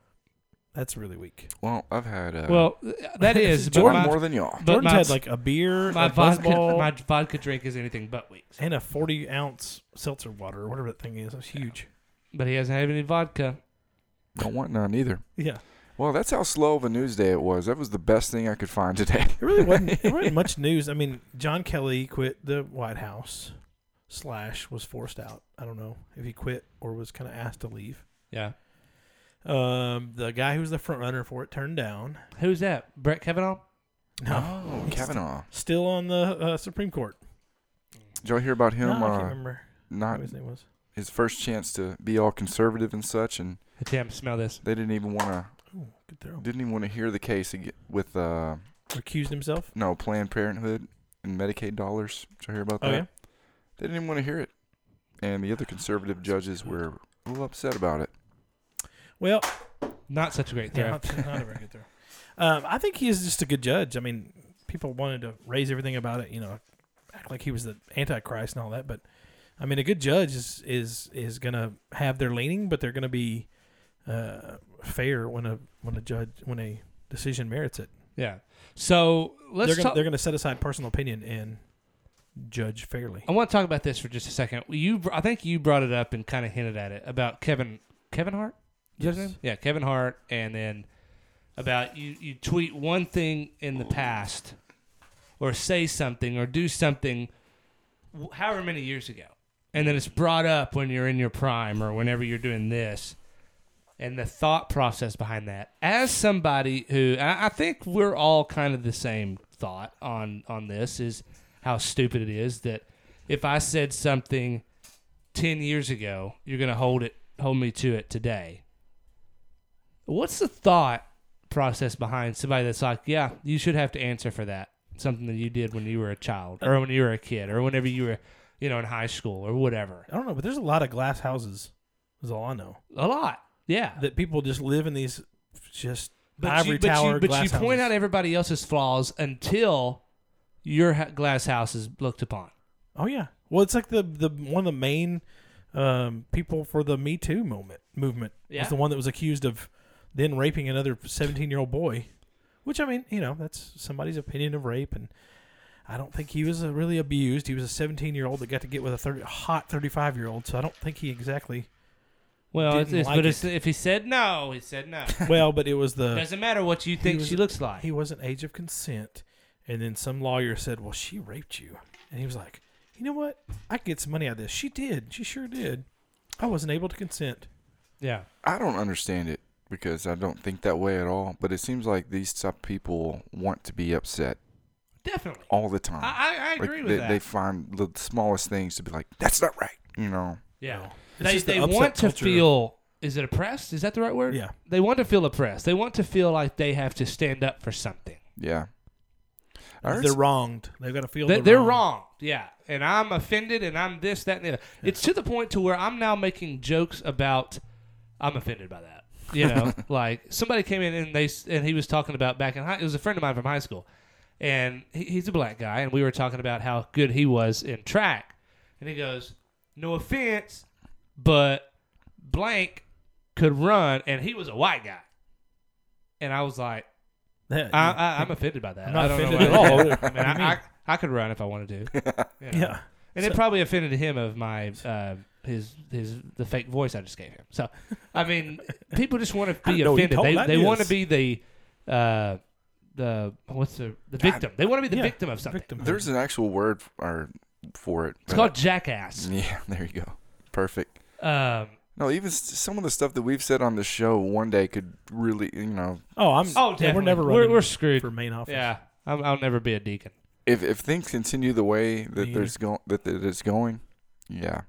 G: That's really weak.
E: Well, I've had. Uh,
F: Well, that is. but
E: Jordan
F: my-
E: more than y'all.
F: But
G: Jordan's
F: my-
G: had like a beer,
F: my
G: a buzz
F: vodka,
G: ball,
F: my vodka drink is anything but weak.
G: and a 40 ounce seltzer water or whatever that thing is. It's huge.
F: But he hasn't had any vodka.
E: Don't want none either.
G: Yeah.
E: Well, that's how slow of a news day it was. That was the best thing I could find today.
G: It really wasn't, it wasn't much news. I mean, John Kelly quit the White House, slash, was forced out. I don't know if he quit or was kind of asked to leave.
F: Yeah.
G: Um, the guy who was the front runner for it turned down.
F: Who's that? Brett Kavanaugh?
G: No.
E: Oh, Kavanaugh.
G: Still on the uh, Supreme Court.
E: Did y'all hear about him?
G: No, I can't
E: uh,
G: remember
E: not
G: what his name was.
E: his first chance to be all conservative and such, and
F: Damn, smell this.
E: they didn't even want to.
G: Ooh, good throw.
E: Didn't even want to hear the case ag- with uh,
G: Recused himself.
E: no Planned Parenthood and Medicaid dollars. Did y'all hear about
G: Oh
E: that?
G: yeah.
E: They didn't even want to hear it, and the other conservative judges were a little upset about it.
G: Well,
F: Not such a great throw.
G: yeah, not, not a very good throw. Um, I think he is just a good judge. I mean, people wanted to raise everything about it. You know, act like he was the antichrist and all that. But I mean, a good judge is is is gonna have their leaning, but they're gonna be uh, fair when a when a judge when a decision merits it.
F: Yeah. So let's
G: they're gonna,
F: talk.
G: they're gonna set aside personal opinion and judge fairly.
F: I want to talk about this for just a second. You, br- I think you brought it up and kind of hinted at it about Kevin Kevin Hart. Is that his
G: Yes.
F: name? Yeah, Kevin Hart, and then about you you tweet one thing in the past, or say something, or do something, wh- however many years ago, and then it's brought up when you're in your prime or whenever you're doing this, and the thought process behind that. As somebody who and I I think we're all kind of the same thought on on this is how stupid it is that if I said something ten years ago, you're gonna hold it hold me to it today. What's the thought process behind somebody that's like, yeah, you should have to answer for that? Something that you did when you were a child or when you were a kid or whenever you were, you know, in high school or whatever.
G: I don't know, but there's a lot of glass houses. Is all I know.
F: A lot. Yeah.
G: That people just live in these just
F: but
G: ivory
F: you, but you-
G: tower
F: but you,
G: glass
F: point
G: houses.
F: out everybody else's flaws until your ha- glass house is looked upon.
G: Oh yeah. Well, it's like the the one of the main um, people for the Me Too moment movement
F: Yeah.
G: was the one that was accused of then raping another seventeen year old boy, which I mean, you know, that's somebody's opinion of rape, and I don't think he was uh, really abused. He was a seventeen year old that got to get with a 30, hot thirty five year old, so I don't think he exactly.
F: Well,
G: Didn't
F: it's, it's,
G: like
F: but
G: it.
F: it's, if he said no, he said no.
G: Well, but it was the
F: Doesn't matter what you think
G: was-
F: she looks like.
G: he wasn't age of consent, and then some lawyer said, "Well, she raped you," and he was like, "You know what? I could get some money out of this. She did. She sure did. I wasn't able to consent."
F: yeah.
E: I don't understand it because I don't think that way at all. But it seems like these type of people want to be upset
F: Definitely.
E: all the time.
F: I- I- I
E: Like,
F: agree with
E: they,
F: that.
E: They find the smallest things to be like, that's not right. You know,
F: Yeah.
G: It's
F: They,
G: just the
F: they
G: upset
F: want to
G: culture of-
F: feel is it oppressed? Is that the right word?
G: Yeah.
F: They want to feel oppressed. They want to feel like they have to stand up for something.
E: yeah. I heard
G: They're
E: s-
G: wronged. They've got to feel
F: They,
G: they're,
F: they're
G: wrong.
F: wrong. Yeah. And I'm offended and I'm this, that, and the other. It's to the point to where I'm now making jokes about I'm offended by that. You know, like somebody came in and they s- and he was talking about back in high. It was a friend of mine from high school, and he, he's a black guy, and we were talking about how good he was in track, and he goes, "No offense, but blank could run, and he was a white guy," and I was like,
G: Yeah,
F: I, I, "I'm offended by that.
G: I'm not
F: I don't
G: offended
F: know why-
G: at all.
F: I mean, I, I, I could run if I wanted to. you know.
G: yeah.
F: And it probably offended him of my uh, his his the fake voice I just gave him. So, I mean, people just want to
G: I
F: be
G: know he
F: offended.
G: told
F: They
G: that
F: they
G: is.
F: want to be the uh, the what's the the victim. They want to be the
G: Yeah,
F: victim of something.
G: Victim.
E: there's an actual word f- or for it.
F: It's
E: but I-
F: called jackass.
E: Yeah, there you go. Perfect.
F: Um,
E: No, even s- some of the stuff that we've said on the show one day could really, you know,
G: Oh, I'm.
F: Oh,
G: yeah, we're
F: definitely.
G: never
F: We're-
G: running.
F: we're screwed.
G: for main office.
F: Yeah, I'm, I'll never be a deacon.
E: if if things continue the way that there's go- that, that it's going, yeah,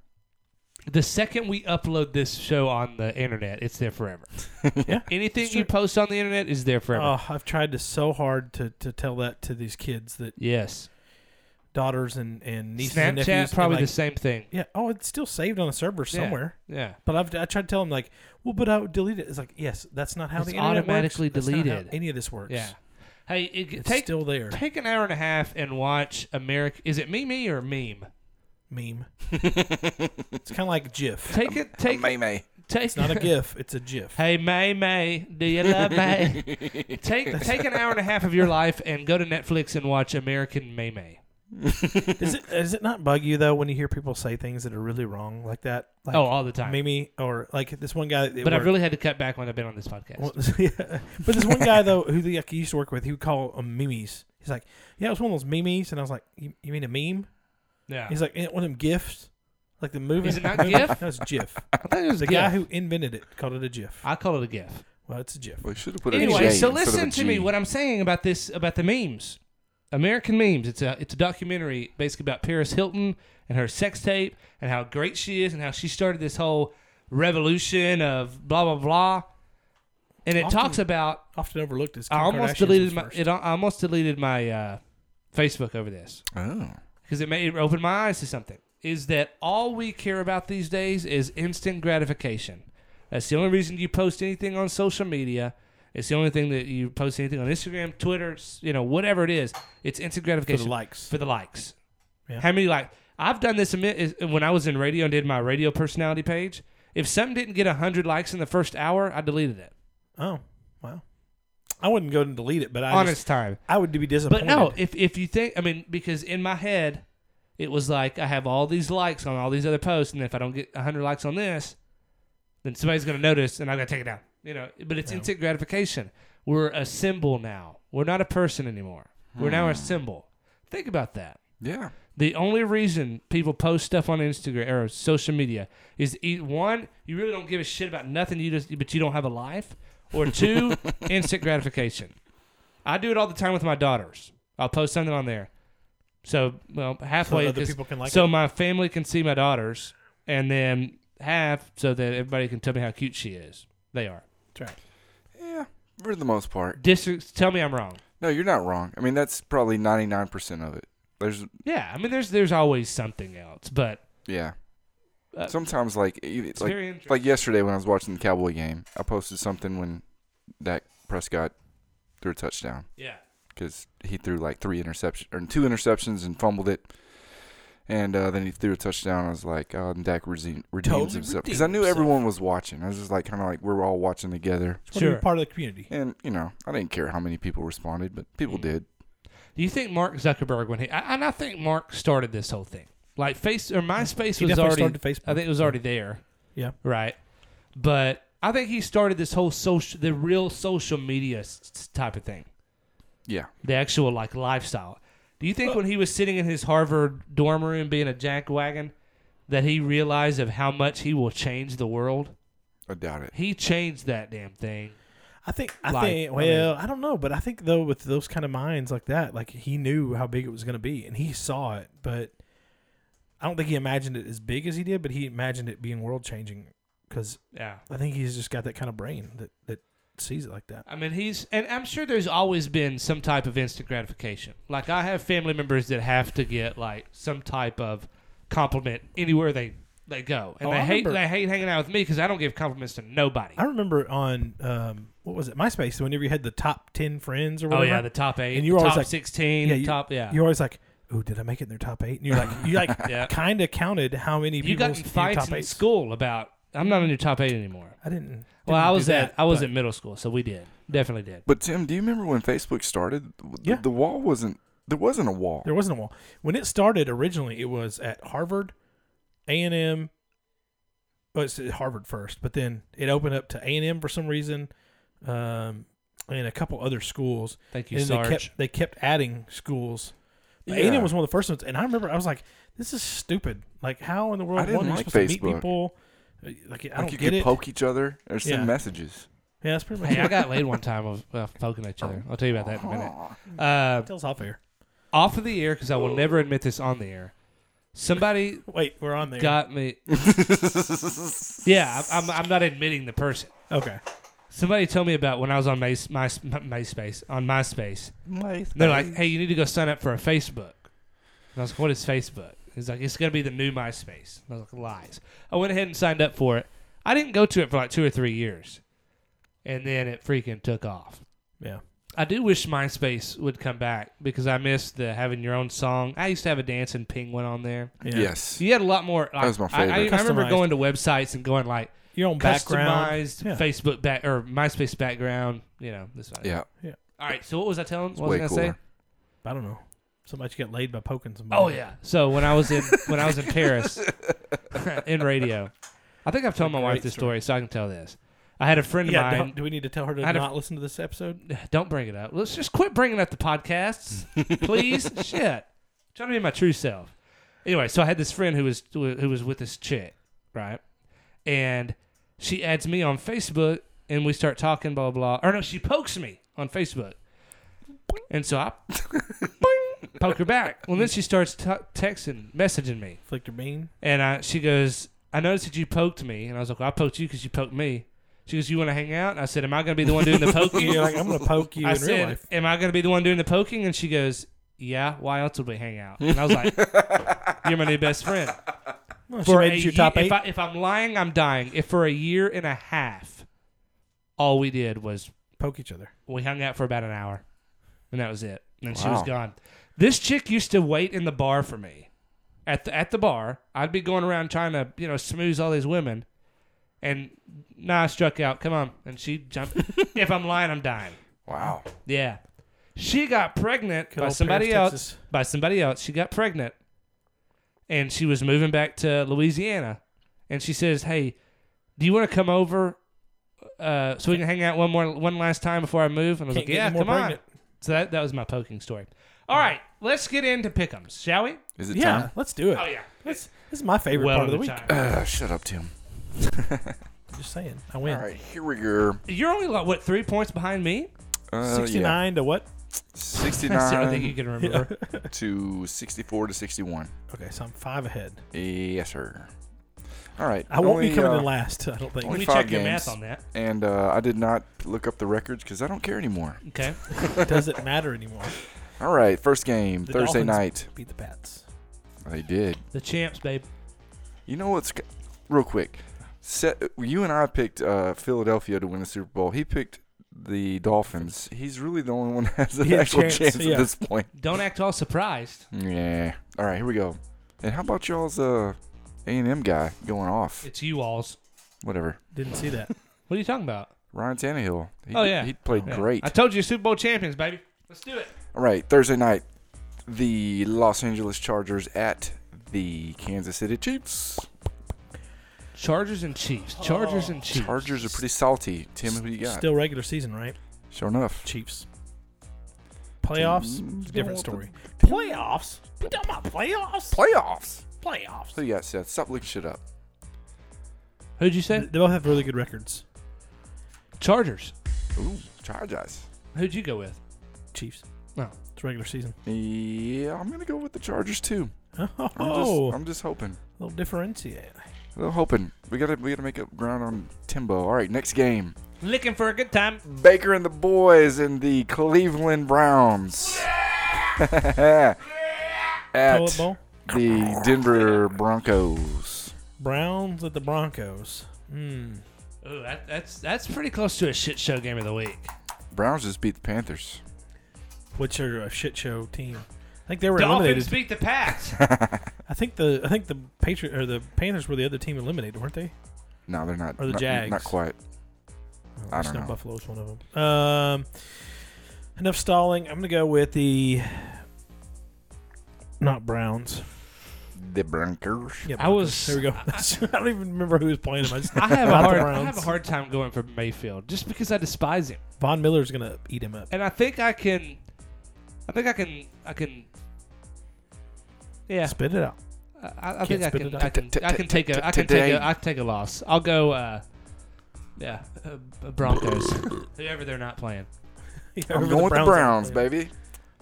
F: The second we upload this show on the internet, it's there forever.
G: Yeah.
F: Anything
G: It's
F: you
G: true.
F: post on the internet is there forever.
G: Oh, I've tried to so hard to, to tell that to these kids that
F: yes.
G: daughters and and nieces and nephews
F: Snapchat
G: and,
F: probably
G: like,
F: the same thing.
G: Yeah. Oh, it's still saved on a server
F: Yeah,
G: somewhere.
F: Yeah.
G: But I've I tried to tell them like, well, but I would delete it. It's like, yes, that's not how
F: It's
G: the internet
F: automatically
G: works. That's not how
F: deleted.
G: any of this works.
F: Yeah. Hey, it,
G: It's
F: take
G: still there.
F: take an hour and a half and watch America. Is it Mimi or meme?
G: Meme. it's kind of like GIF.
F: Take it. Take
E: may may.
F: take.
G: It's not a GIF. It's a GIF.
F: Hey May May, do you love May? take take an hour and a half of your life and go to Netflix and watch American May May.
G: Does it does it not bug you though when you hear people say things that are really wrong like that? Like
F: Oh, all the time.
G: Mimi or like this one guy. that
F: But I've
G: worked-
F: really had to cut back when I've been on this podcast.
G: Well, yeah. But this one guy though, who like, he used to work with, he would call them memes. He's like, "Yeah, it was one of those memes," and I was like, "You, you mean a meme?"
F: yeah,
G: He's like, "Eh, "One of them gifs, like the movie."
F: Is it not
G: movie-
F: GIF?
G: No, it's GIF.
F: I thought it was
G: the
F: a
G: guy
F: gif.
G: who invented it called it a GIF.
F: I call it a gif.
G: Well, it's a GIF.
E: We should have put a
F: Anyway,
E: J instead
F: so
E: of a
F: listen to me.
E: G.
F: What I'm saying about this about the memes, American memes. It's a it's a documentary basically about Paris Hilton and her sex tape and how great she is and how she started this whole revolution of blah blah blah. And it
G: Often-
F: talks about
G: Often overlooked is Kim
F: I almost
G: Kardashian's
F: deleted
G: was
F: my
G: first.
F: it, I almost deleted my uh, Facebook over this
E: oh,
F: because it made it opened my eyes to something. Is that all we care about these days is instant gratification? That's the only reason you post anything on social media. It's the only thing that you post anything on Instagram, Twitter, s- you know, whatever it is. It's instant
G: for
F: gratification
G: the likes.
F: for the likes.
G: Yeah.
F: How many like I've done this a mi- is- when I was in radio and did my radio personality page. If something didn't get hundred likes in the first hour, I deleted it.
G: Oh, wow. I wouldn't go and delete it, but I
F: Honest
G: just,
F: time.
G: I would be
F: But
G: disappointed.
F: no, if if you think, I mean, because in my head, it was like I have all these likes on all these other posts, and if I don't get hundred likes on this, then somebody's gonna notice, and I gotta take it down. You know, but it's instant gratification. We're a symbol now. We're not a person anymore. We're now a symbol. Think about that.
E: yeah,
F: The only reason people post stuff on Instagram or social media is e- one, you really don't give a shit about nothing. You just, but you don't have a life, or two, instant gratification. I do it all the time with my daughters. I'll post something on there, so well halfway,
G: other
F: 'cause-
G: people can like
F: so
G: it?
F: my family can see my daughters, and then half so that everybody can tell me how cute she is. They are.
G: That's right.
E: yeah. For the most part,
F: Dis- tell me I'm wrong.
E: no, you're not wrong. I mean, that's probably 99 percent of it. There's
F: Yeah, I mean, there's there's always something else, but
E: yeah.
F: Uh,
E: Sometimes like e- like
F: very interesting.
E: like yesterday when I was watching the Cowboy game, I posted something when Dak Prescott threw a touchdown.
F: yeah,
E: because he threw like three interceptions or two interceptions and fumbled it. And uh, then he threw a touchdown. I was like, oh, and Dak redeem, redeems
G: Totally
E: himself because
G: redeemed
E: I knew
G: himself.
E: everyone was watching. I was just like, kind of like we're all watching together.
G: It's sure.
F: Sure.
G: part of the community.
E: And you know, I didn't care how many people responded, but people
G: Mm.
E: did.
F: Do you think Mark Zuckerberg when he I, and I think Mark started this whole thing like face or MySpace
G: He
F: was
G: definitely
F: already
G: started Facebook.
F: I think it was already there,
G: Yeah.
F: right? But I think he started this whole social the real social media s- s- type of thing,
E: Yeah,
F: the actual like lifestyle. Do you think when he was sitting in his Harvard dorm room being a jackwagon that he realized of how much he will change the world?
E: I doubt it.
F: He changed that damn thing.
G: I think I
F: Like, I
G: think
F: mean-
G: well, I, don't know, but I think though with those kind of minds like that, like he knew how big it was going to be and he saw it, but I don't think he imagined it as big as he did, but he imagined it being world changing cuz
F: Yeah.
G: I think he's just got that kind of brain that that sees it like that.
F: I mean, he's, and I'm sure there's always been some type of instant gratification. Like, I have family members that have to get, like, some type of compliment anywhere they, they go. And
G: Oh,
F: they,
G: I
F: hate,
G: remember-
F: they hate hanging out with me because I don't give compliments to nobody.
G: I remember on um what was it? MySpace whenever you had the top 10 friends or
F: Oh,
G: whatever.
F: yeah, the top eight,
G: And
F: and you
G: you were
F: top
G: always like-
F: 16,
G: you,
F: top, yeah.
G: You're always like, "Oh, did I make it in their top 8?" And you're like you like
F: Yeah.
G: kind of counted how many
F: you
G: people
F: got in fights
G: top
F: in
G: 8.
F: school about, I'm not in your top eight anymore.
G: I didn't, didn't
F: Well, I
G: do
F: was
G: that,
F: at, I was
G: but-
F: at middle school, so we did. Definitely did.
E: But Tim, do you remember when Facebook started? The,
G: Yeah.
E: the wall wasn't there wasn't a wall.
G: There wasn't a wall. When it started originally, it was at Harvard, A and M. Well, it's at Harvard first, but then it opened up to A and M for some reason, um, and a couple other schools.
F: Thank you,
G: and
F: Sarge.
G: They kept, they kept adding schools. A
E: Yeah.
G: and M was one of the first ones, and I remember I was like, "This is stupid. Like, how in the world
E: I didn't
G: one you're
E: like
G: supposed to meet
E: Facebook.
G: people?" Uh, Like I
E: Like
G: don't
E: you
G: get
E: could
G: it.
E: poke each other or send
G: Yeah.
E: messages.
G: yeah, that's pretty much.
F: Hey, I
G: it.
F: got laid one time of uh, poking each other. I'll tell you about that in a minute. Uh,
G: Tell us off air.
F: off of the air, because I will never admit this on the air. Somebody
G: Wait, we're on there.
F: got me. yeah, I- I'm, I'm not admitting the person.
G: Okay.
F: Somebody told me about when I was on my, my, MySpace on MySpace. They're like, "Hey, you need to go sign up for a Facebook." And I was like, "What is Facebook?" He's like, "It's gonna be the new MySpace." And I was like, "Lies." I went ahead and signed up for it. I didn't go to it for like two or three years, and then it freaking took off.
G: Yeah.
F: I do wish MySpace would come back because I miss the having your own song. I used to have a dancing penguin on there.
G: yeah.
E: Yes.
F: You had a lot more. Like,
E: was my
F: I- I,
E: favorite.
F: I remember
G: Customized.
F: going to websites and going like
G: Your own background.
F: customized
G: Yeah.
F: Facebook back or MySpace background. You know this. one.
E: Yeah.
F: All right. So what was I telling? What
E: Way
F: was I gonna
E: cooler.
F: say?
G: I don't know. Somebody got laid by poking somebody.
F: Oh yeah. So when I was in when I was in Paris in radio, I think I've told my wife
G: great
F: this
G: story.
F: story, so I can tell this. I had a friend of
G: Yeah.
F: mine.
G: don't- do we need to tell her to
F: I had a-
G: not listen to this episode?
F: Don't bring it up. Let's just quit bringing up the podcasts, please. Shit, trying to be my true self. Anyway, so I had this friend who was who was with this chick, right? And she adds me on Facebook, and we start talking, blah blah. blah. Or no, she pokes me on Facebook, and so I boing, poke her back. Well, then she starts t- texting, messaging me,
G: Flicked her bean.
F: and I, she goes, I noticed that you poked me. And I was like, well, I poked you because you poked me. She goes, You want to hang out? And I said, Am I going to be the one doing the poking?
G: You're like, I'm gonna poke you
F: I
G: in real
F: said,
G: life.
F: Am I going to be the one doing the poking? And she goes, Yeah, why else would we hang out? And I was like, You're my new best friend.
G: Well, she
F: For
G: made
F: a
G: it your
F: ye-
G: top eight.
F: If, I, if I'm lying, I'm dying. If for a year and a half, all we did was
G: poke each other.
F: we hung out for about an hour, and that was it. And then she was
E: Wow.
F: gone. This chick used to wait in the bar for me. At the at the bar, I'd be going around trying to you know smooze all these women, and nah, I struck out. Come on, and she jumped. if I'm lying, I'm dying.
E: Wow.
F: Yeah, she got pregnant
G: Good
F: by
G: old
F: somebody
G: Paris,
F: else.
G: Texas.
F: By somebody else, she got pregnant, and she was moving back to Louisiana, and she says, "Hey, do you want to come over?" Uh, so we can hang out one more, one last time before I move. And I was like,
G: Can't get
F: "Yeah,
G: any more
F: come on."
G: pregnant.
F: So that, that was my poking story. All right, let's get into pickums, shall we?
E: Is it
G: Yeah,
E: time?
G: let's do it.
F: Oh yeah,
G: This, this is my favorite
F: well
G: part of the
F: over
G: week.
F: time.
E: Uh, shut up, Tim.
G: Just saying, I win.
E: All right, here we go.
F: You're only like what three points behind me?
E: Uh, Yeah.
G: 69 to what?
F: That's the only thing you
E: 69
F: can remember.
E: to 64 to 61.
G: Okay, so I'm five ahead.
E: Yes, sir. All right.
G: I won't
E: only,
G: be coming
E: uh,
G: in last. I don't
F: Let
G: think.
E: only
F: me
E: five
F: check your math
E: games.
F: on that.
E: And uh, I did not look up the records because I don't care anymore.
F: Okay.
G: Does it matter anymore?
E: All right, first game,
G: The
E: Thursday
G: Dolphins
E: night.
G: Beat the Pats.
E: They did.
F: The champs, babe.
E: You know what's g- real quick? Set, you and I picked uh, Philadelphia to win the Super Bowl. He picked the Dolphins. He's really the only one that has an
G: He had a
E: actual
G: chance,
E: chance,
G: yeah.
E: at this point.
F: Don't act all surprised.
E: Yeah. All right, here we go. And how about y'all's uh, A&M guy going off?
F: It's you alls.
E: Whatever.
G: Didn't see that.
F: What are you talking about?
E: Ryan Tannehill. He,
F: Oh, yeah.
E: He played great.
F: I told you, Super Bowl champions, baby. Let's do it.
E: All right, Thursday night, the Los Angeles Chargers at the Kansas City Chiefs.
F: Chargers and Chiefs. Chargers and Chiefs.
E: Chargers are pretty salty. Tim, who you got?
G: Still regular season, right?
E: sure enough.
G: Chiefs. Playoffs,
E: Teams
G: different
E: don't want
G: story. Playoffs? We talking about playoffs?
E: Playoffs.
G: Playoffs.
E: Who you got, Seth? Stop looking shit up.
F: Who'd you say?
G: They they both have really good records.
F: Chargers.
E: Ooh, Chargers.
F: Who'd you go with? Oh.
G: Chiefs.
F: No.
G: It's regular season.
E: Yeah, I'm gonna go with the Chargers too.
G: Oh,
E: I'm, just, I'm just hoping.
G: a little differentiate.
E: A little hoping. We gotta we gotta make up ground on Timbo. All right, next game.
F: Looking for a good time.
E: Baker and the boys and the Cleveland Browns. at
G: Toilet
E: the
G: bowl.
E: Denver Broncos.
G: Browns at the Broncos. Hmm.
F: Ooh, that, that's that's pretty close to a shit show game of the week.
E: Browns just beat the Panthers.
G: Which are a shit show team. I think they were
F: Dolphins
G: eliminated.
F: beat the Pats.
G: I think the I think the Patriot or the Panthers were the other team eliminated, weren't they?
E: No, they're not.
G: Or the
E: not,
G: Jags.
E: Not quite. I don't
G: Snow
E: know.
G: Buffalo's one of them. Um, enough stalling. I'm gonna go with the not Browns.
E: The Broncos.
G: Yep,
F: I was-
G: There we go. I don't even remember who was playing him. I just,
F: I have a
G: Not the
F: hard I
G: Browns.
F: have a hard time going for Mayfield just because I despise him,
G: Von Miller's gonna eat him up.
F: and I think I can, I think I can, I can. Yeah,
G: Spit it out.
F: I, I think I
G: spit
F: can,
G: it out.
F: I can. I can take a. I can take a. I can take a loss. I'll go. Uh, yeah, uh, Broncos. Whoever they're not playing.
E: I'm going with the Browns, baby.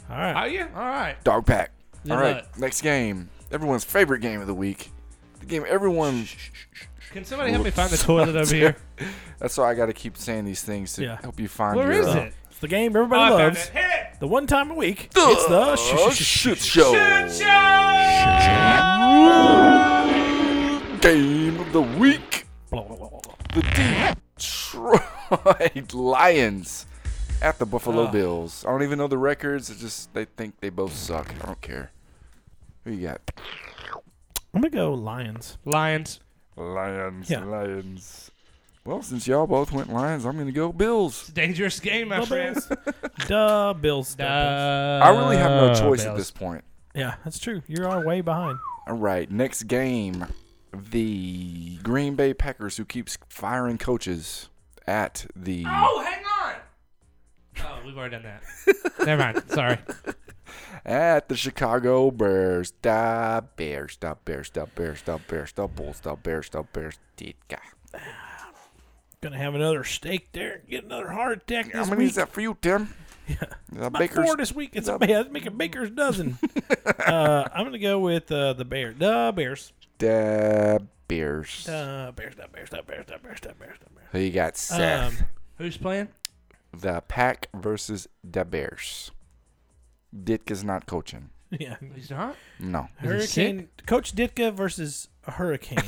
G: All right.
F: Are you all right?
E: Dog pack.
F: Good
E: All right,
F: luck.
E: next game. Everyone's favorite game of the week. The game everyone.
F: Can somebody help me find the toilet over here?
E: That's why I got to keep saying these things to
G: Yeah.
E: help you find.
F: Where
E: your,
F: is
E: uh,
F: it?
G: It's the game everybody
F: Oh, I found
G: loves.
F: it. Hit
G: The one time a week. it's the
E: Oh,
G: sh- sh- sh-
E: shit show. Game of the week.
G: blah, blah, blah, blah, blah.
E: The Detroit Lions at the Buffalo Bills. I don't even know the records. It's just they think they both suck. I don't care. Who you got?
G: I'm gonna go Lions.
F: Lions.
E: Lions.
G: Yeah.
E: Lions. Well, since y'all both went Lions, I'm gonna go Bills.
F: Dangerous game, my
G: Duh,
F: friends.
G: Bills. Duh, Bills. Duh, Bills.
F: Uh,
E: I really have no choice at this point.
G: Yeah, that's true. You are way behind.
E: All right, next game. The Green Bay Packers, who keeps firing coaches at the.
F: Oh, hang on. Oh, we've already done that. Never mind. Sorry.
E: at the Chicago Bears. Da Bears, da Bears, da Bears, da Bears, da Bulls, da Bears, da Bears. Ditka.
G: Gonna have another steak there. and Get another heart attack
E: How
G: this
E: many
G: week.
E: is that for you, Tim? Yeah. The
G: About
E: Bakers.
G: four this week. It's a, yeah, it's making baker's dozen. uh, I'm gonna go with uh, the Bears. Duh, Bears.
E: Da Bears.
G: Duh, Bears. Duh, Bears. Duh, Bears. Duh, Bears. Duh, Bears. Duh, Bears.
E: Who you got, Seth?
G: Um,
F: Who's playing?
E: the Pack versus the Bears. Ditka's not coaching.
G: Yeah.
F: He's not.
E: No.
F: Is he
G: Hurricane Coach Ditka versus a hurricane.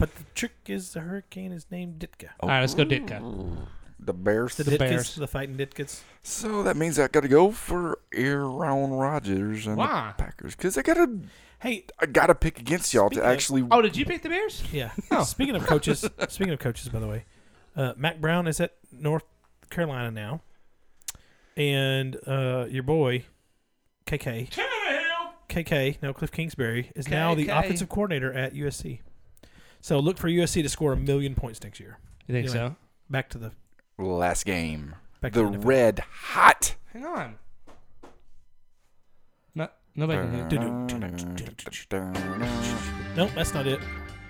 G: but the trick is the hurricane is named Ditka.
F: All right, let's go
E: Mm.
F: Ditka.
E: The Bears.
G: The,
F: The
G: Ditkas,
F: Bears.
G: the fighting Ditkas.
E: So that means I got to go for Aaron Rodgers and
F: Why?
E: the Packers because I gotta
G: Hey,
E: I gotta pick against y'all
G: Speaking
E: to
G: of-
E: actually.
F: Oh, did you pick the Bears?
G: yeah. Speaking of coaches, speaking of coaches, by the way, uh, Mac Brown is at North Carolina now, and uh, your boy KK KK no Cliff Kingsbury is now the
F: KK.
G: offensive coordinator at USC. So look for USC to score a million points next year.
F: You think
G: Anyway,
F: so?
G: Back to the
E: last game,
G: Back to
E: the
G: the NFL.
E: red hot.
F: Hang on. No, nobody can hear. it.
G: nope. That's not it.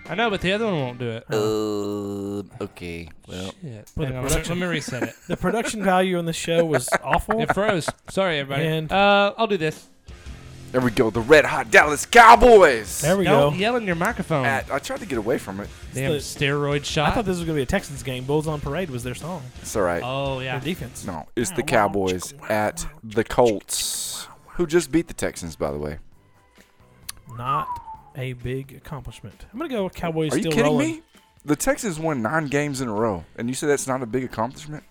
F: I know, but the other one won't do it.
G: Oh.
E: Uh, okay. Well,
F: Shit.
G: Well,
F: Hang
G: the
F: on, let, let me reset it.
G: The production value on this show was awful.
F: It froze. Sorry, everybody.
G: And-
F: uh, I'll do this.
E: there we go. The red hot Dallas Cowboys.
G: There we
F: Don't
G: go.
F: yell in your microphone.
E: At- I tried to get away from it.
F: Damn
G: the-
F: steroid
G: I
F: shot.
G: thought this was gonna be a Texans game. Bulls on Parade was their song.
E: It's all right.
F: oh yeah.
G: Their defense.
E: No, it's the Cowboys at the Colts, who just beat the Texans, by the way.
G: Not a big accomplishment. I'm gonna go with Cowboys
E: Are you
G: still
E: kidding
G: rolling.
E: me? The Texans won nine games in a row, and you say that's not a big accomplishment?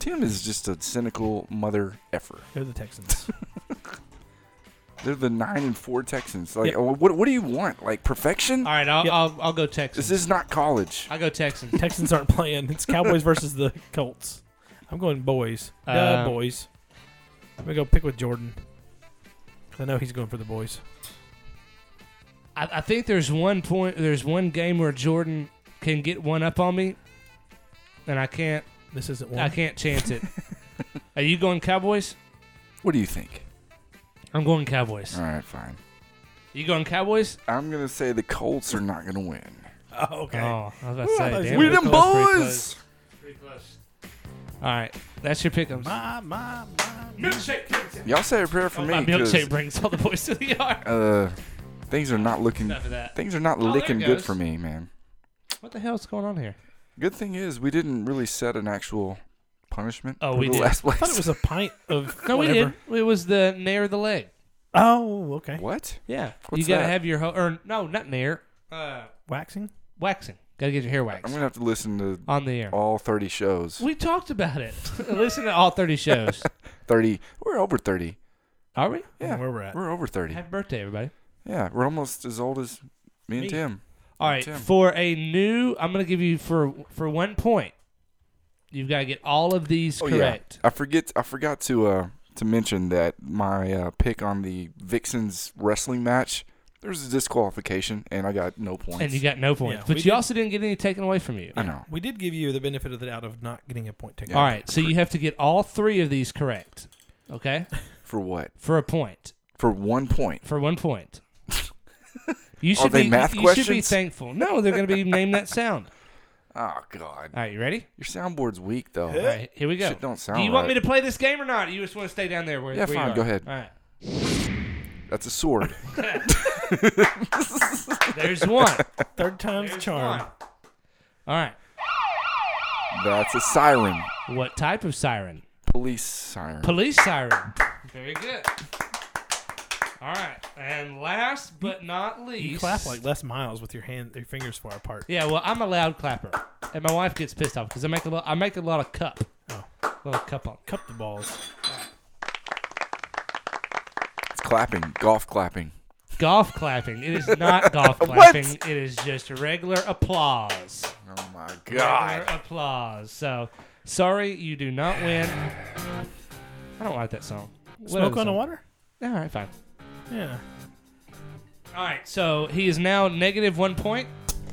E: Tim is just a cynical mother effer.
G: Go the Texans.
E: They're the nine and four Texans. Like,
G: Yep.
E: oh, what, what do you want? Like perfection?
F: All right, I'll,
G: Yeah.
F: I'll I'll go
E: This
F: Texans.
E: is not college.
F: I'll go Texans.
G: Texans aren't playing. It's Cowboys versus the Colts. I'm going boys. Duh,
F: Uh,
G: boys. I'm gonna go pick with Jordan. 'Cause I know he's going for the boys.
F: I, I think there's one point. There's one game where Jordan can get one up on me, and I can't.
G: This isn't one.
F: I can't chance it. Are you going Cowboys?
E: What do you think?
F: I'm going Cowboys.
E: All right, fine.
F: You going Cowboys?
E: I'm gonna say the Colts are not gonna win.
G: Oh, okay.
F: Oh, I was about to
G: I
F: say.
G: was-
F: damn,
E: we
F: we're
E: them
F: close, pretty
E: boys.
F: close. All right, that's your pick'em.
G: My, my, my.
F: Milkshake.
E: Y'all say a prayer for
F: Oh,
E: me
F: my
E: 'cause,
F: milkshake brings all the boys to the yard.
E: uh, things are not looking.
F: Enough of that. Oh,
E: Things are not
F: there it
E: looking good
F: goes.
E: for me, man.
F: What the hell's going on here?
E: Good thing is we didn't really set an actual punishment.
F: Oh,
E: for
F: we
E: the
F: did.
E: Last
G: I thought it
E: place.
G: was a pint of.
F: No,
G: whatever.
F: we did. It was the near the leg.
G: Oh, okay.
E: What?
F: Yeah,
E: What's
F: you gotta
E: that?
F: have your ho- or no, not near. Uh,
G: Waxing.
F: waxing. Gotta get your hair waxed
E: I'm gonna have to listen to
F: on the air.
E: all 30 shows.
F: Oh, We talked about it. Listen to all thirty shows.
E: 30. We're over 30.
F: Are we?
E: Yeah,
G: Where we're at.
E: We're over 30.
F: Happy birthday, everybody!
E: Yeah, we're almost as old as me and
F: Me.
E: Tim.
F: All right,
E: Tim.
F: for a new, I'm gonna give you for for one point. You've got to get all of these correct.
E: Oh, yeah. I forget. I forgot to uh to mention that my uh, pick on the Vixens wrestling match. There was a disqualification, and I got no points.
F: And you got no points,
G: Yeah,
F: but
G: we
F: you
G: did-
F: also didn't get any taken away from you.
E: I know.
G: We did give you the benefit of the doubt of not getting a point taken.
F: All right, so you have to get all three of these correct, okay,
E: For what?
F: for a point,
E: For one point.
F: for one point. You should
E: they
F: be
E: math
F: you should be
E: questions?
F: thankful. No, they're going to be name that sound.
E: Oh God,
F: All right, you ready?
E: your soundboard's weak though.
F: All right, here we go.
E: Eh? Shit don't sound
F: Do you want
E: right.
F: me to play this game or not? You just want to stay down there where
E: Yeah,
F: where
E: fine,
F: You are?
E: go ahead.
F: All right.
E: That's a sword.
F: There's one.
G: Third time's
F: There's
G: charm.
F: one. All right.
E: That's a siren.
F: What type of siren?
E: Police siren.
F: Police siren. Very good. All right. And last but not least.
G: You clap like Les Miles with your hand, your fingers far apart.
F: Yeah, well, I'm a loud clapper, and my wife gets pissed off because I make a lot. I make a lot of cup.
G: Oh.
F: little cup on.
G: Cup the balls.
E: it's clapping. Golf clapping.
F: Golf clapping. It is not golf clapping. It is just regular applause.
E: Oh my
F: Regular
E: God.
F: applause. So, sorry, you do not win. I don't like that song. What
G: Smoke
F: other
G: on the
F: song?
G: water.
F: All right, fine.
G: Yeah.
F: All right, so he is now negative one point.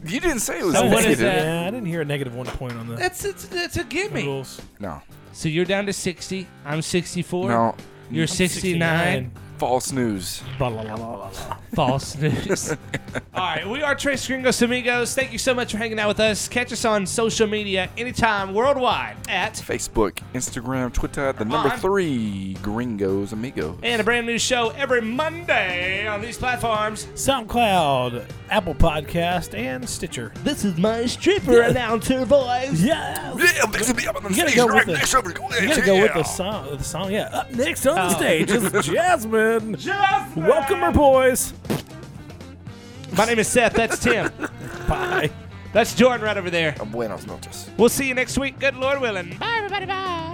E: You didn't say it was
F: So what is uh,
E: negative.
F: that?
G: Yeah, I didn't hear a negative one point on the
F: That's it's, that's a gimme.
G: rules.
E: No.
F: So you're down to sixty. I'm sixty-four.
E: No.
F: You're 69.
E: False news.
G: Blah, blah, blah, blah, blah.
F: False news. All right, we are Trace Gringos Amigos. Thank you so much for hanging out with us. Catch us on social media anytime worldwide at.
E: Facebook, Instagram, Twitter, the number
F: on.
E: three Gringos Amigos.
F: And a brand new show every Monday on these platforms.
G: SoundCloud, Apple Podcast, and Stitcher.
F: This is my stripper announcer voice.
G: Yeah.
E: Yeah, basically, I'm on the
G: You gotta
E: stage
G: go with
E: right
G: the-
E: next to him.
G: You gotta go with the
E: Yeah.
G: song. The song, yeah. Up next on the stage is Jasmine.
F: Just
G: Welcome her, boys.
F: My name is Seth. That's Tim.
G: Bye.
F: That's Jordan right over there.
E: Buenos noches.
F: We'll see you next week. Good Lord willing. Bye, everybody. Bye.